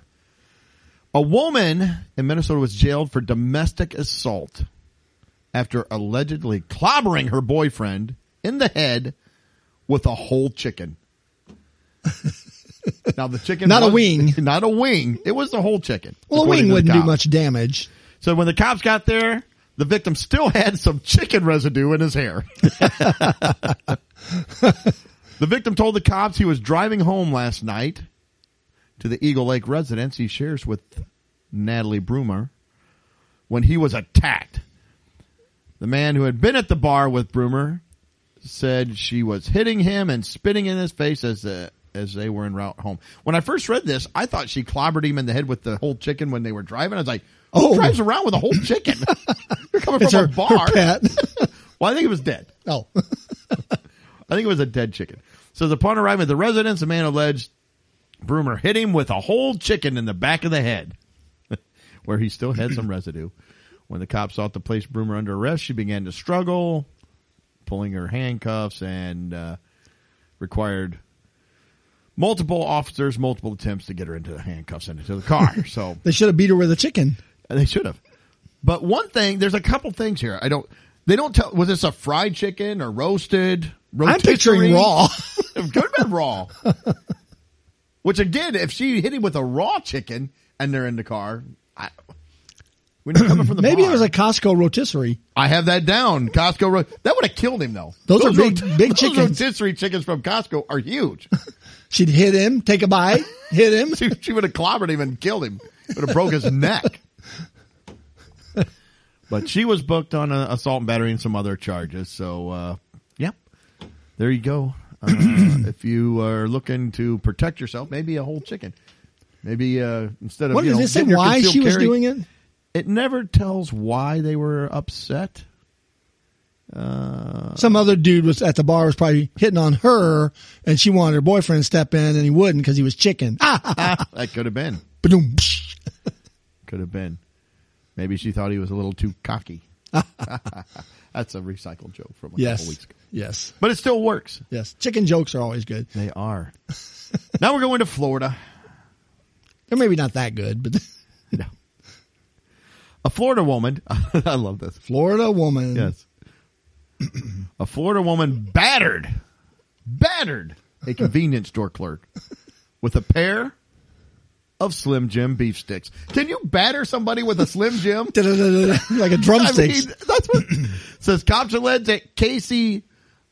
Speaker 1: A woman in Minnesota was jailed for domestic assault after allegedly clobbering her boyfriend in the head with a whole chicken. now the chicken,
Speaker 2: Not a
Speaker 1: was-
Speaker 2: wing.
Speaker 1: not a wing. It was the whole chicken.
Speaker 2: well, a
Speaker 1: according
Speaker 2: wing
Speaker 1: to the
Speaker 2: wouldn't do
Speaker 1: cops.
Speaker 2: much damage.
Speaker 1: So when the cops got there, the victim still had some chicken residue in his hair. the victim told the cops he was driving home last night to the Eagle Lake residence he shares with Natalie Broomer when he was attacked. The man who had been at the bar with Broomer said she was hitting him and spitting in his face as the as they were en route home. When I first read this, I thought she clobbered him in the head with the whole chicken when they were driving. I was like, "Who
Speaker 2: Oh.
Speaker 1: drives around with a whole chicken? You're coming
Speaker 2: It's
Speaker 1: from
Speaker 2: her,
Speaker 1: a bar."
Speaker 2: her pet.
Speaker 1: Well, I think it was dead.
Speaker 2: oh,
Speaker 1: I think it was a dead chicken. So upon arriving at the residence, a man alleged Broomer hit him with a whole chicken in the back of the head, where he still had some residue. When the cops sought to place Broomer under arrest, she began to struggle, pulling her handcuffs and uh, required multiple officers, multiple attempts to get her into the handcuffs and into the car. So
Speaker 2: they should have beat her with a chicken.
Speaker 1: they should have. But one thing, there's a couple things here. I don't. They don't tell. Was this a fried chicken or roasted?
Speaker 2: I'm
Speaker 1: rotisserie?
Speaker 2: picturing raw.
Speaker 1: It could have been raw. Which again, if she hit him with a raw chicken and they're in the car, I, we know coming from the
Speaker 2: Maybe
Speaker 1: bar.
Speaker 2: it was a Costco rotisserie.
Speaker 1: I have that down. Costco ro- that would have killed him though.
Speaker 2: Those are big-
Speaker 1: rot-
Speaker 2: big
Speaker 1: those
Speaker 2: chickens.
Speaker 1: Rotisserie chickens from Costco are huge.
Speaker 2: She'd hit him, take a bite, hit him.
Speaker 1: she, she would have clobbered him and killed him. Would have broke his neck. But she was booked on uh, assault and battery and some other charges. So, uh, yeah, there you go. Uh, if you are looking to protect yourself, maybe a whole chicken. Maybe uh, instead of
Speaker 2: What
Speaker 1: you
Speaker 2: did
Speaker 1: know,
Speaker 2: it say?
Speaker 1: getting your
Speaker 2: Why
Speaker 1: concealed
Speaker 2: she was
Speaker 1: carry-
Speaker 2: doing it?
Speaker 1: It never tells why they were upset. Uh,
Speaker 2: Some other dude was at the bar was probably hitting on her, and she wanted her boyfriend to step in, and he wouldn't because he was chicken. Ah,
Speaker 1: that could have been.
Speaker 2: ba-doom, psh.
Speaker 1: Could have been. Maybe she thought he was a little too cocky. That's a recycled joke from a couple
Speaker 2: yes,
Speaker 1: weeks ago.
Speaker 2: yes,
Speaker 1: But it still works.
Speaker 2: yes. Chicken jokes are always good.
Speaker 1: They are. now we're going to Florida.
Speaker 2: They're maybe not that good, but
Speaker 1: No. A Florida woman. I love this.
Speaker 2: Florida woman.
Speaker 1: Yes. a Florida woman battered, battered a convenience store clerk with a pair of Slim Jim beef sticks. Can you batter somebody with a Slim Jim?
Speaker 2: like a
Speaker 1: I
Speaker 2: drumstick.
Speaker 1: mean, that's what says. Cops alleged that Casey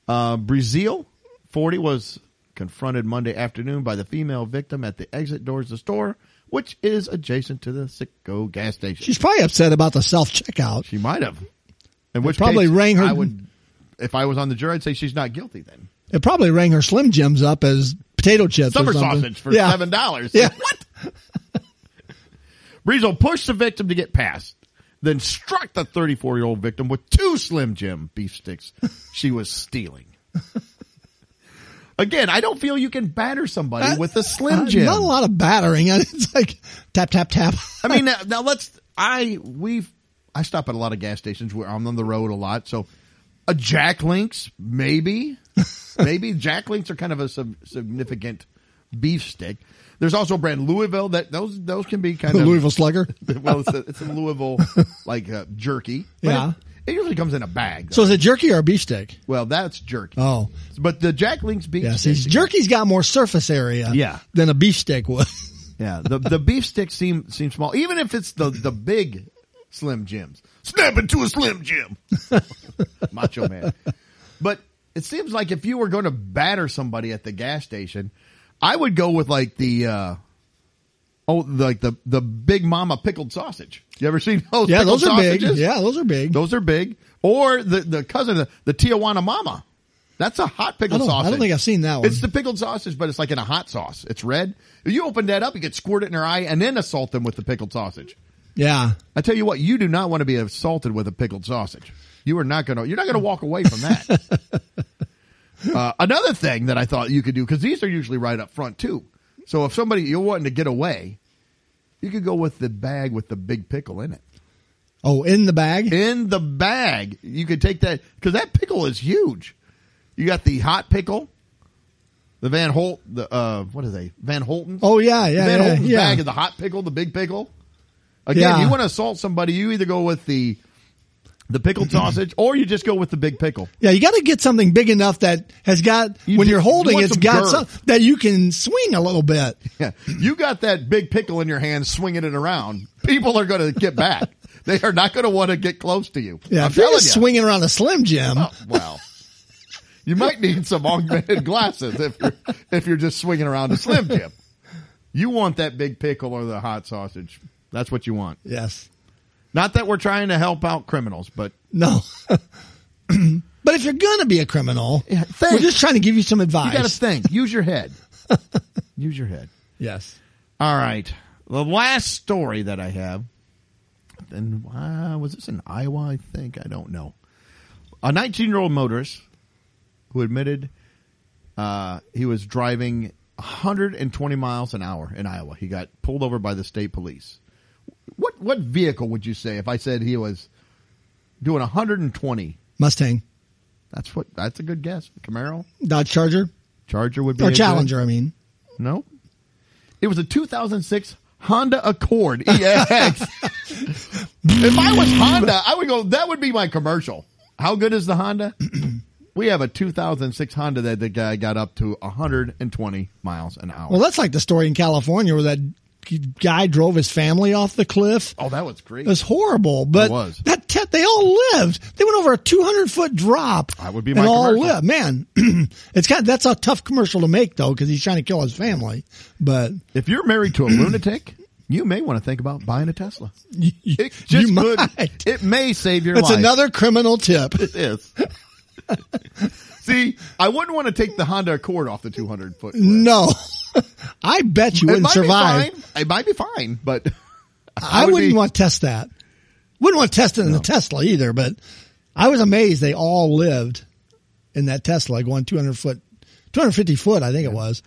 Speaker 1: uh, Brazil, 40, was confronted Monday afternoon by the female victim at the exit doors of the store, which is adjacent to the Sicko gas station.
Speaker 2: She's probably upset about the self checkout.
Speaker 1: She might have. In which
Speaker 2: probably
Speaker 1: case,
Speaker 2: rang her-
Speaker 1: I would, if I was on the jury, I'd say she's not guilty. Then
Speaker 2: It probably rang her Slim Jims up as potato chips.
Speaker 1: summer
Speaker 2: or something.
Speaker 1: sausage for
Speaker 2: yeah.
Speaker 1: seven dollars.
Speaker 2: Yeah.
Speaker 1: What? Breezel pushed the victim to get past, then struck the 34 year old victim with two Slim Jim beef sticks she was stealing. Again, I don't feel you can batter somebody with a Slim
Speaker 2: Uh,
Speaker 1: Jim.
Speaker 2: Not a lot of battering. It's like tap, tap, tap.
Speaker 1: I mean, now, now let's. I we've I stop at a lot of gas stations. We're I'm on the road a lot, so a Jack Links maybe, maybe Jack Links are kind of a sub, significant beef stick. There's also a brand Louisville that those those can be kind
Speaker 2: The
Speaker 1: of
Speaker 2: Louisville Slugger.
Speaker 1: well, it's a, it's a Louisville like uh, jerky. But
Speaker 2: Yeah.
Speaker 1: it, it usually comes in a bag. though.
Speaker 2: So is it jerky or a beefsteak?
Speaker 1: well, that's jerky.
Speaker 2: Oh.
Speaker 1: but the Jack Links beef
Speaker 2: Yeah, see,
Speaker 1: stick.
Speaker 2: jerky's got more surface area
Speaker 1: Yeah.
Speaker 2: than a beefsteak would.
Speaker 1: Yeah, the the beef sticks seem seem small, even if it's the the big Slim Jims. Snap into a Slim Jim, Macho Man. But it seems like if you were going to batter somebody at the gas station, I would go with like the uh, oh like the the Big Mama pickled sausage. You ever seen those?
Speaker 2: Yeah,
Speaker 1: pickled
Speaker 2: those are big.
Speaker 1: sausages?
Speaker 2: Yeah, those are big.
Speaker 1: those are big. Or the the cousin the, the Tijuana Mama. That's a hot pickled
Speaker 2: I don't- I
Speaker 1: sausage.
Speaker 2: don't think I've seen that one.
Speaker 1: It's the pickled sausage, but it's like in a hot sauce. It's red. You open that up, you could squirt it in her eye, and then assault them with the pickled sausage.
Speaker 2: yeah.
Speaker 1: I tell you what, you do not want to be assaulted with a pickled sausage. You are not gonna. You're not gonna walk away from that. uh, another thing that I thought you could do because these are usually right up front too. So if somebody you're wanting to get away, you could go with the bag with the big pickle in it
Speaker 2: Oh, in the bag?
Speaker 1: in the bag. You could take that because that pickle is huge. You got the hot pickle, the Van Holt, the uh, what are they? Van Holton.
Speaker 2: Oh, yeah, yeah,
Speaker 1: Van
Speaker 2: yeah,
Speaker 1: Holten's
Speaker 2: yeah.
Speaker 1: bag is the hot pickle, the big pickle. Again,
Speaker 2: Yeah.
Speaker 1: you want to assault somebody, you either go with the the pickled sausage or you just go with the big pickle.
Speaker 2: Yeah, you got to get something big enough that has got
Speaker 1: You
Speaker 2: when
Speaker 1: do-
Speaker 2: you're
Speaker 1: you
Speaker 2: holding,
Speaker 1: want
Speaker 2: it's
Speaker 1: some
Speaker 2: got
Speaker 1: girth.
Speaker 2: some that you can swing a little bit.
Speaker 1: Yeah. You got that big pickle in your hand, swinging it around. People are going to get back. they are not going to want to get close to you.
Speaker 2: Yeah,
Speaker 1: I'm
Speaker 2: if you're
Speaker 1: telling
Speaker 2: just
Speaker 1: you.
Speaker 2: swinging around a Slim Jim,
Speaker 1: Oh, wow. You might need some augmented glasses if you're, if you're just swinging around a Slim Jim. You want that big pickle or the hot sausage. That's what you want.
Speaker 2: yes,
Speaker 1: Not that we're trying to help out criminals, but
Speaker 2: no. but if you're gonna be a criminal,
Speaker 1: Yeah,
Speaker 2: we're
Speaker 1: think.
Speaker 2: just trying to give you some advice.
Speaker 1: you got to think. Use your head. Use your head.
Speaker 2: yes,
Speaker 1: All right. The last story that I have, and uh, was this in Iowa? I think. I don't know. A 19 year old motorist who admitted uh, he was driving 120 miles an hour in Iowa. He got pulled over by the state police. What what vehicle would you say if I said he was doing 120?
Speaker 2: Mustang,
Speaker 1: That's what. That's a good guess. Camaro,
Speaker 2: Dodge Charger
Speaker 1: Charger would be
Speaker 2: or
Speaker 1: a good-
Speaker 2: Challenger. I mean,
Speaker 1: no. It was a 2006 Honda Accord EX. if I was Honda, I would go, that would be my commercial. How good is the Honda? we have a 2006 Honda that the guy got up to 120 miles an hour.
Speaker 2: well, that's like the story in California where that guy drove his family off the cliff.
Speaker 1: oh, that was great.
Speaker 2: It was horrible, but
Speaker 1: was.
Speaker 2: that te- they all lived. They went over a 200 foot drop.
Speaker 1: That would be
Speaker 2: and
Speaker 1: my
Speaker 2: all
Speaker 1: commercial.
Speaker 2: lived. Man, it's kind of, that's a tough commercial to make though, because he's trying to kill his family. But
Speaker 1: If you're married to a lunatic, you may want to think about buying a Tesla.
Speaker 2: you,
Speaker 1: It just
Speaker 2: you
Speaker 1: could.
Speaker 2: might.
Speaker 1: It may save your
Speaker 2: It's
Speaker 1: life.
Speaker 2: another criminal tip.
Speaker 1: it is. See, I wouldn't want to take the Honda Accord off the 200 foot. cliff.
Speaker 2: No, I bet you wouldn't survive.
Speaker 1: Be fine. It might be fine, but
Speaker 2: I
Speaker 1: would
Speaker 2: wouldn't
Speaker 1: be-
Speaker 2: want to test that. Wouldn't want to test it in the Tesla either, but I was amazed they all lived in that Tesla going 200 foot, 250 foot, I think it was.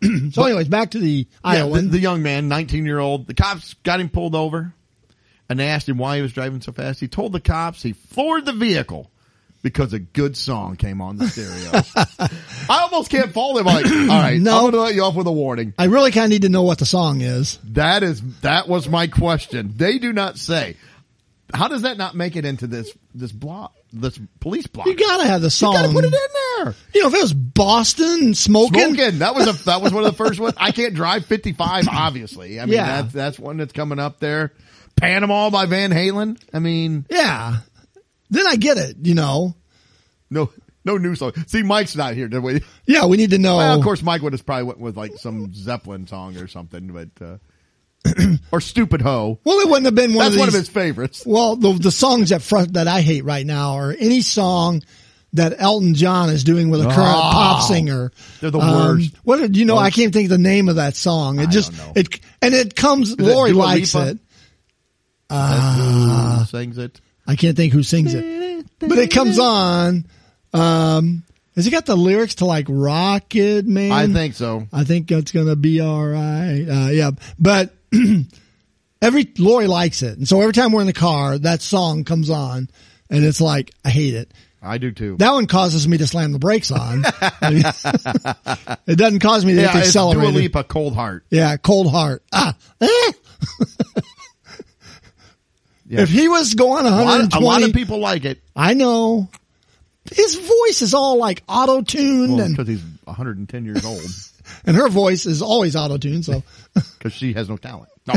Speaker 2: so anyways, back to the
Speaker 1: yeah, the,
Speaker 2: Iowan.
Speaker 1: the young man, 19 year old, the cops got him pulled over and they asked him why he was driving so fast. He told the cops he floored the vehicle because a good song came on the stereo. I almost can't fault him. Like, all right,
Speaker 2: No.
Speaker 1: I'm going to let you off with a warning.
Speaker 2: I really kind of need to know what the song is.
Speaker 1: That is that was my question. They do not say. How does that not make it into this this block this police block?
Speaker 2: You gotta have the song.
Speaker 1: You gotta put it in there.
Speaker 2: You know, if it was Boston smoking,
Speaker 1: Smoking. That was a that was one of the first ones. I can't drive fifty five. Obviously, I mean
Speaker 2: Yeah.
Speaker 1: that's that's one that's coming up there. Panama by Van Halen. I mean,
Speaker 2: yeah, then I get it. You know,
Speaker 1: no no new song. See, Mike's not here. Did we?
Speaker 2: yeah, we need to know.
Speaker 1: Well, of course, Mike would have probably went with like some Zeppelin song or something, but uh, or stupid hoe.
Speaker 2: Well, it wouldn't have been one
Speaker 1: That's
Speaker 2: of these.
Speaker 1: one of his favorites.
Speaker 2: Well, the the songs that front that I hate right now are any song that Elton John is doing with a current
Speaker 1: Oh.
Speaker 2: pop singer. Um,
Speaker 1: They're the worst.
Speaker 2: What did- you know? I can't think of the name of that song. It
Speaker 1: I
Speaker 2: just
Speaker 1: don't know.
Speaker 2: it and it comes.
Speaker 1: it
Speaker 2: Lori
Speaker 1: Dua
Speaker 2: likes
Speaker 1: Lipa?
Speaker 2: it.
Speaker 1: Who sings it.
Speaker 2: I can't think who sings it, but it comes on. Um, has it got the lyrics to like Rocket Man?
Speaker 1: I think so.
Speaker 2: I think it's gonna be all right. Uh, yeah, but every Lori likes it, and so every time we're in the car, that song comes on, and it's like I hate it.
Speaker 1: I do too.
Speaker 2: That one causes me to slam the brakes on. it doesn't cause me to
Speaker 1: yeah,
Speaker 2: hit the
Speaker 1: it's Dua
Speaker 2: accelerator.
Speaker 1: Lipa, Cold Heart.
Speaker 2: Yeah, cold heart. Ah, eh.
Speaker 1: Yeah.
Speaker 2: If he was going
Speaker 1: a, lot
Speaker 2: 120,
Speaker 1: of, a lot of people like it
Speaker 2: I know. His voice is all like auto tuned,
Speaker 1: because
Speaker 2: and,
Speaker 1: he's 110 years old
Speaker 2: and her voice is always auto tuned. So
Speaker 1: because she has no talent. No,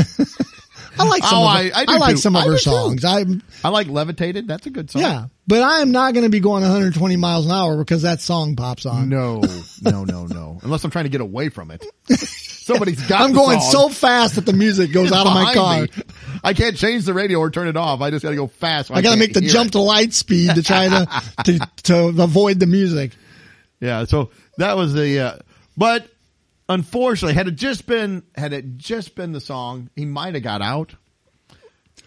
Speaker 2: I like some.
Speaker 1: Oh,
Speaker 2: of
Speaker 1: I-
Speaker 2: her,
Speaker 1: I do
Speaker 2: like
Speaker 1: too.
Speaker 2: some of
Speaker 1: I
Speaker 2: her
Speaker 1: do too.
Speaker 2: songs. I'm
Speaker 1: I like Levitated. That's a good song.
Speaker 2: yeah, but I am not going to be going 120 miles an hour because that song pops on.
Speaker 1: No, no, no, no. Unless I'm trying to get away from it. Somebody's got.
Speaker 2: I'm
Speaker 1: the
Speaker 2: going
Speaker 1: song.
Speaker 2: so fast that the music goes
Speaker 1: It's
Speaker 2: out of my car.
Speaker 1: behind me. I can't change the radio or turn it off. I just got to go fast.
Speaker 2: I got to make the jump to light speed to try to, to to avoid the music.
Speaker 1: Yeah, so that was the. Uh, but unfortunately, had it just been had it just been the song, he might have got out.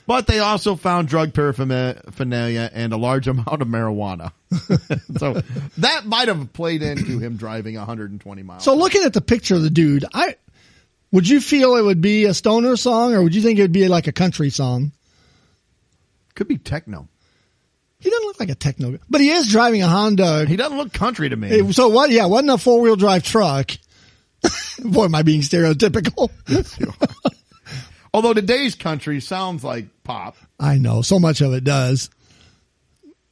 Speaker 1: But they also found drug paraphernalia and a large amount of marijuana. so that might have played into him driving 120 miles.
Speaker 2: So looking at the picture of the dude, I would you feel it would be a stoner song or would you think it would be like a country song?
Speaker 1: could be techno.
Speaker 2: He doesn't look like a techno, but he is driving a Honda.
Speaker 1: He doesn't look country to me.
Speaker 2: Hey, So what? Yeah, wasn't a four wheel drive truck. Boy, am I being stereotypical?
Speaker 1: Although today's country sounds like pop.
Speaker 2: I know so much of it does.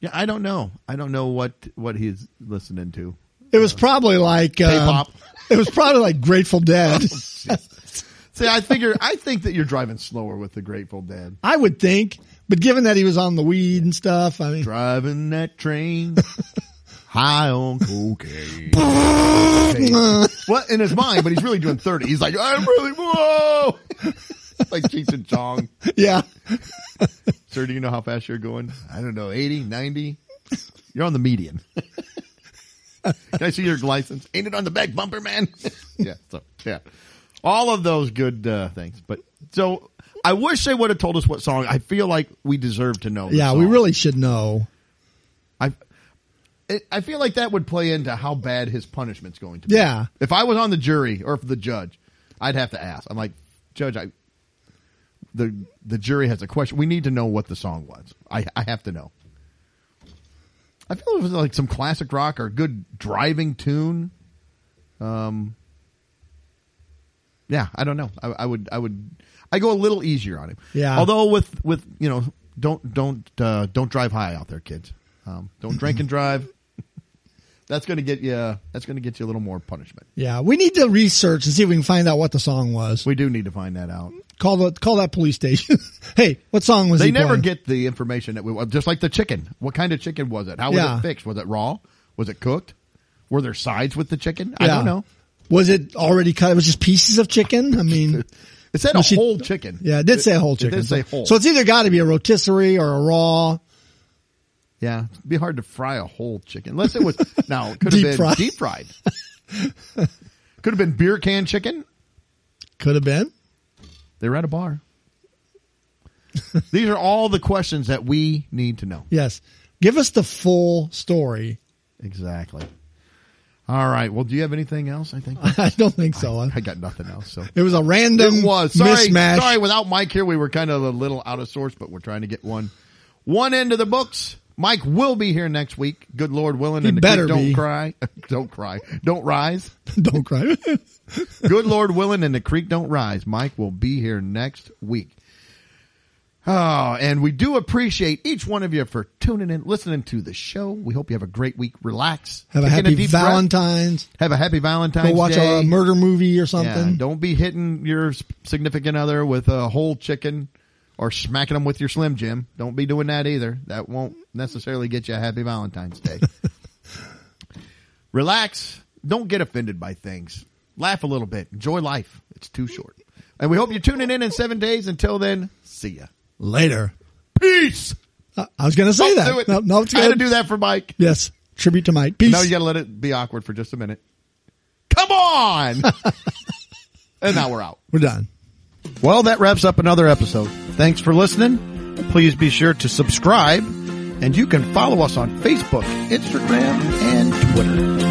Speaker 1: Yeah, I don't know. I don't know what what he's listening to.
Speaker 2: It was probably like um,
Speaker 1: K-pop. Oh,
Speaker 2: It was probably like Grateful Dead.
Speaker 1: See, I figure I think that you're driving slower with the Grateful Dead.
Speaker 2: I would think, but given that he was on the weed and stuff, I mean,
Speaker 1: Driving that train high on cocaine. well, in his mind, but he's really doing 30. He's like, I'm really, whoa. like Cheech and Chong.
Speaker 2: yeah,
Speaker 1: Sir, do you know how fast you're going? I don't know, 80, 90? You're on the median. Can I see your license? Ain't it on the back bumper, man? yeah, so, yeah. All of those good uh, things. But so I wish they would have told us what song. I feel like we deserve to know. the
Speaker 2: yeah. We
Speaker 1: song.
Speaker 2: really should know.
Speaker 1: I it, I feel like that would play into how bad his punishment's going to be.
Speaker 2: Yeah.
Speaker 1: If I was on the jury or if the judge, I'd have to ask. I'm like, Judge, I the the jury has a question. We need to know what the song was. I I have to know. I feel it was like some classic rock or good driving tune. Um Yeah, I don't know. I, I would I would I go a little easier on him.
Speaker 2: Yeah.
Speaker 1: Although with with you know, don't don't uh don't drive high out there, kids. Um don't drink and drive. That's going to get you that's going to get you a little more punishment.
Speaker 2: Yeah, we need to research and see if we can find out what the song was.
Speaker 1: We do need to find that out.
Speaker 2: Call the call that police station. hey, what song was
Speaker 1: They
Speaker 2: he
Speaker 1: never
Speaker 2: playing?
Speaker 1: get the information that we want. Just like the chicken. What kind of chicken was it? How was
Speaker 2: Yeah.
Speaker 1: it fixed? Was it raw? Was it cooked? Were there sides with the chicken? I
Speaker 2: Yeah.
Speaker 1: don't know.
Speaker 2: Was it already cut? It was just pieces of chicken. I mean,
Speaker 1: It said a
Speaker 2: Was she-
Speaker 1: whole chicken.
Speaker 2: yeah, it did say a whole
Speaker 1: It
Speaker 2: chicken.
Speaker 1: did say whole.
Speaker 2: So it's either got to be a rotisserie or a raw.
Speaker 1: yeah, it'd be hard to fry a whole chicken unless it was now it could have
Speaker 2: Deep
Speaker 1: been
Speaker 2: fried.
Speaker 1: deep fried. could have been beer can chicken.
Speaker 2: Could have been.
Speaker 1: They were at a bar. These are all the questions that we need to know.
Speaker 2: Yes. Give us the full story.
Speaker 1: Exactly. All right. Well, do you have anything else? I think
Speaker 2: I don't think so.
Speaker 1: I got nothing else. So
Speaker 2: it was a random
Speaker 1: It was. Sorry,
Speaker 2: mismatch.
Speaker 1: sorry. Without Mike here, we were kind of a little out of sorts, but we're trying to get one, one end of the books. Mike will be here next week. Good Lord willing, and the
Speaker 2: better
Speaker 1: creek don't
Speaker 2: be.
Speaker 1: cry, don't cry, don't rise.
Speaker 2: Don't cry.
Speaker 1: Good Lord willing, and the creek don't rise. Mike will be here next week. Oh, and we do appreciate each one of you for tuning in, listening to the show. We hope you have a great week. Relax.
Speaker 2: Have a
Speaker 1: Take in
Speaker 2: happy
Speaker 1: deep breath.
Speaker 2: Valentine's.
Speaker 1: Have a happy Valentine's
Speaker 2: Go watch uh,
Speaker 1: Day.
Speaker 2: a murder movie or
Speaker 1: Yeah,
Speaker 2: something.
Speaker 1: don't be hitting your s- significant other with a whole chicken or smacking them with your Slim Jim. Don't be doing that either. That won't necessarily get you a happy Valentine's Day. Relax. Don't get offended by things. Laugh a little bit. Enjoy life. It's too short. And we hope you're tuning in in seven days. Until then, see ya.
Speaker 2: Later.
Speaker 1: Peace.
Speaker 2: I, I was going to say
Speaker 1: Don't
Speaker 2: that.
Speaker 1: do it.
Speaker 2: No, no, it's
Speaker 1: I had to
Speaker 2: good.
Speaker 1: do that for Mike.
Speaker 2: Yes. Tribute to Mike. Peace.
Speaker 1: Now you gotta let it be awkward for just a minute. Come on! and now we're out.
Speaker 2: We're done.
Speaker 1: Well, that wraps up another episode. Thanks for listening. Please be sure to subscribe and you can follow us on Facebook, Instagram, and Twitter.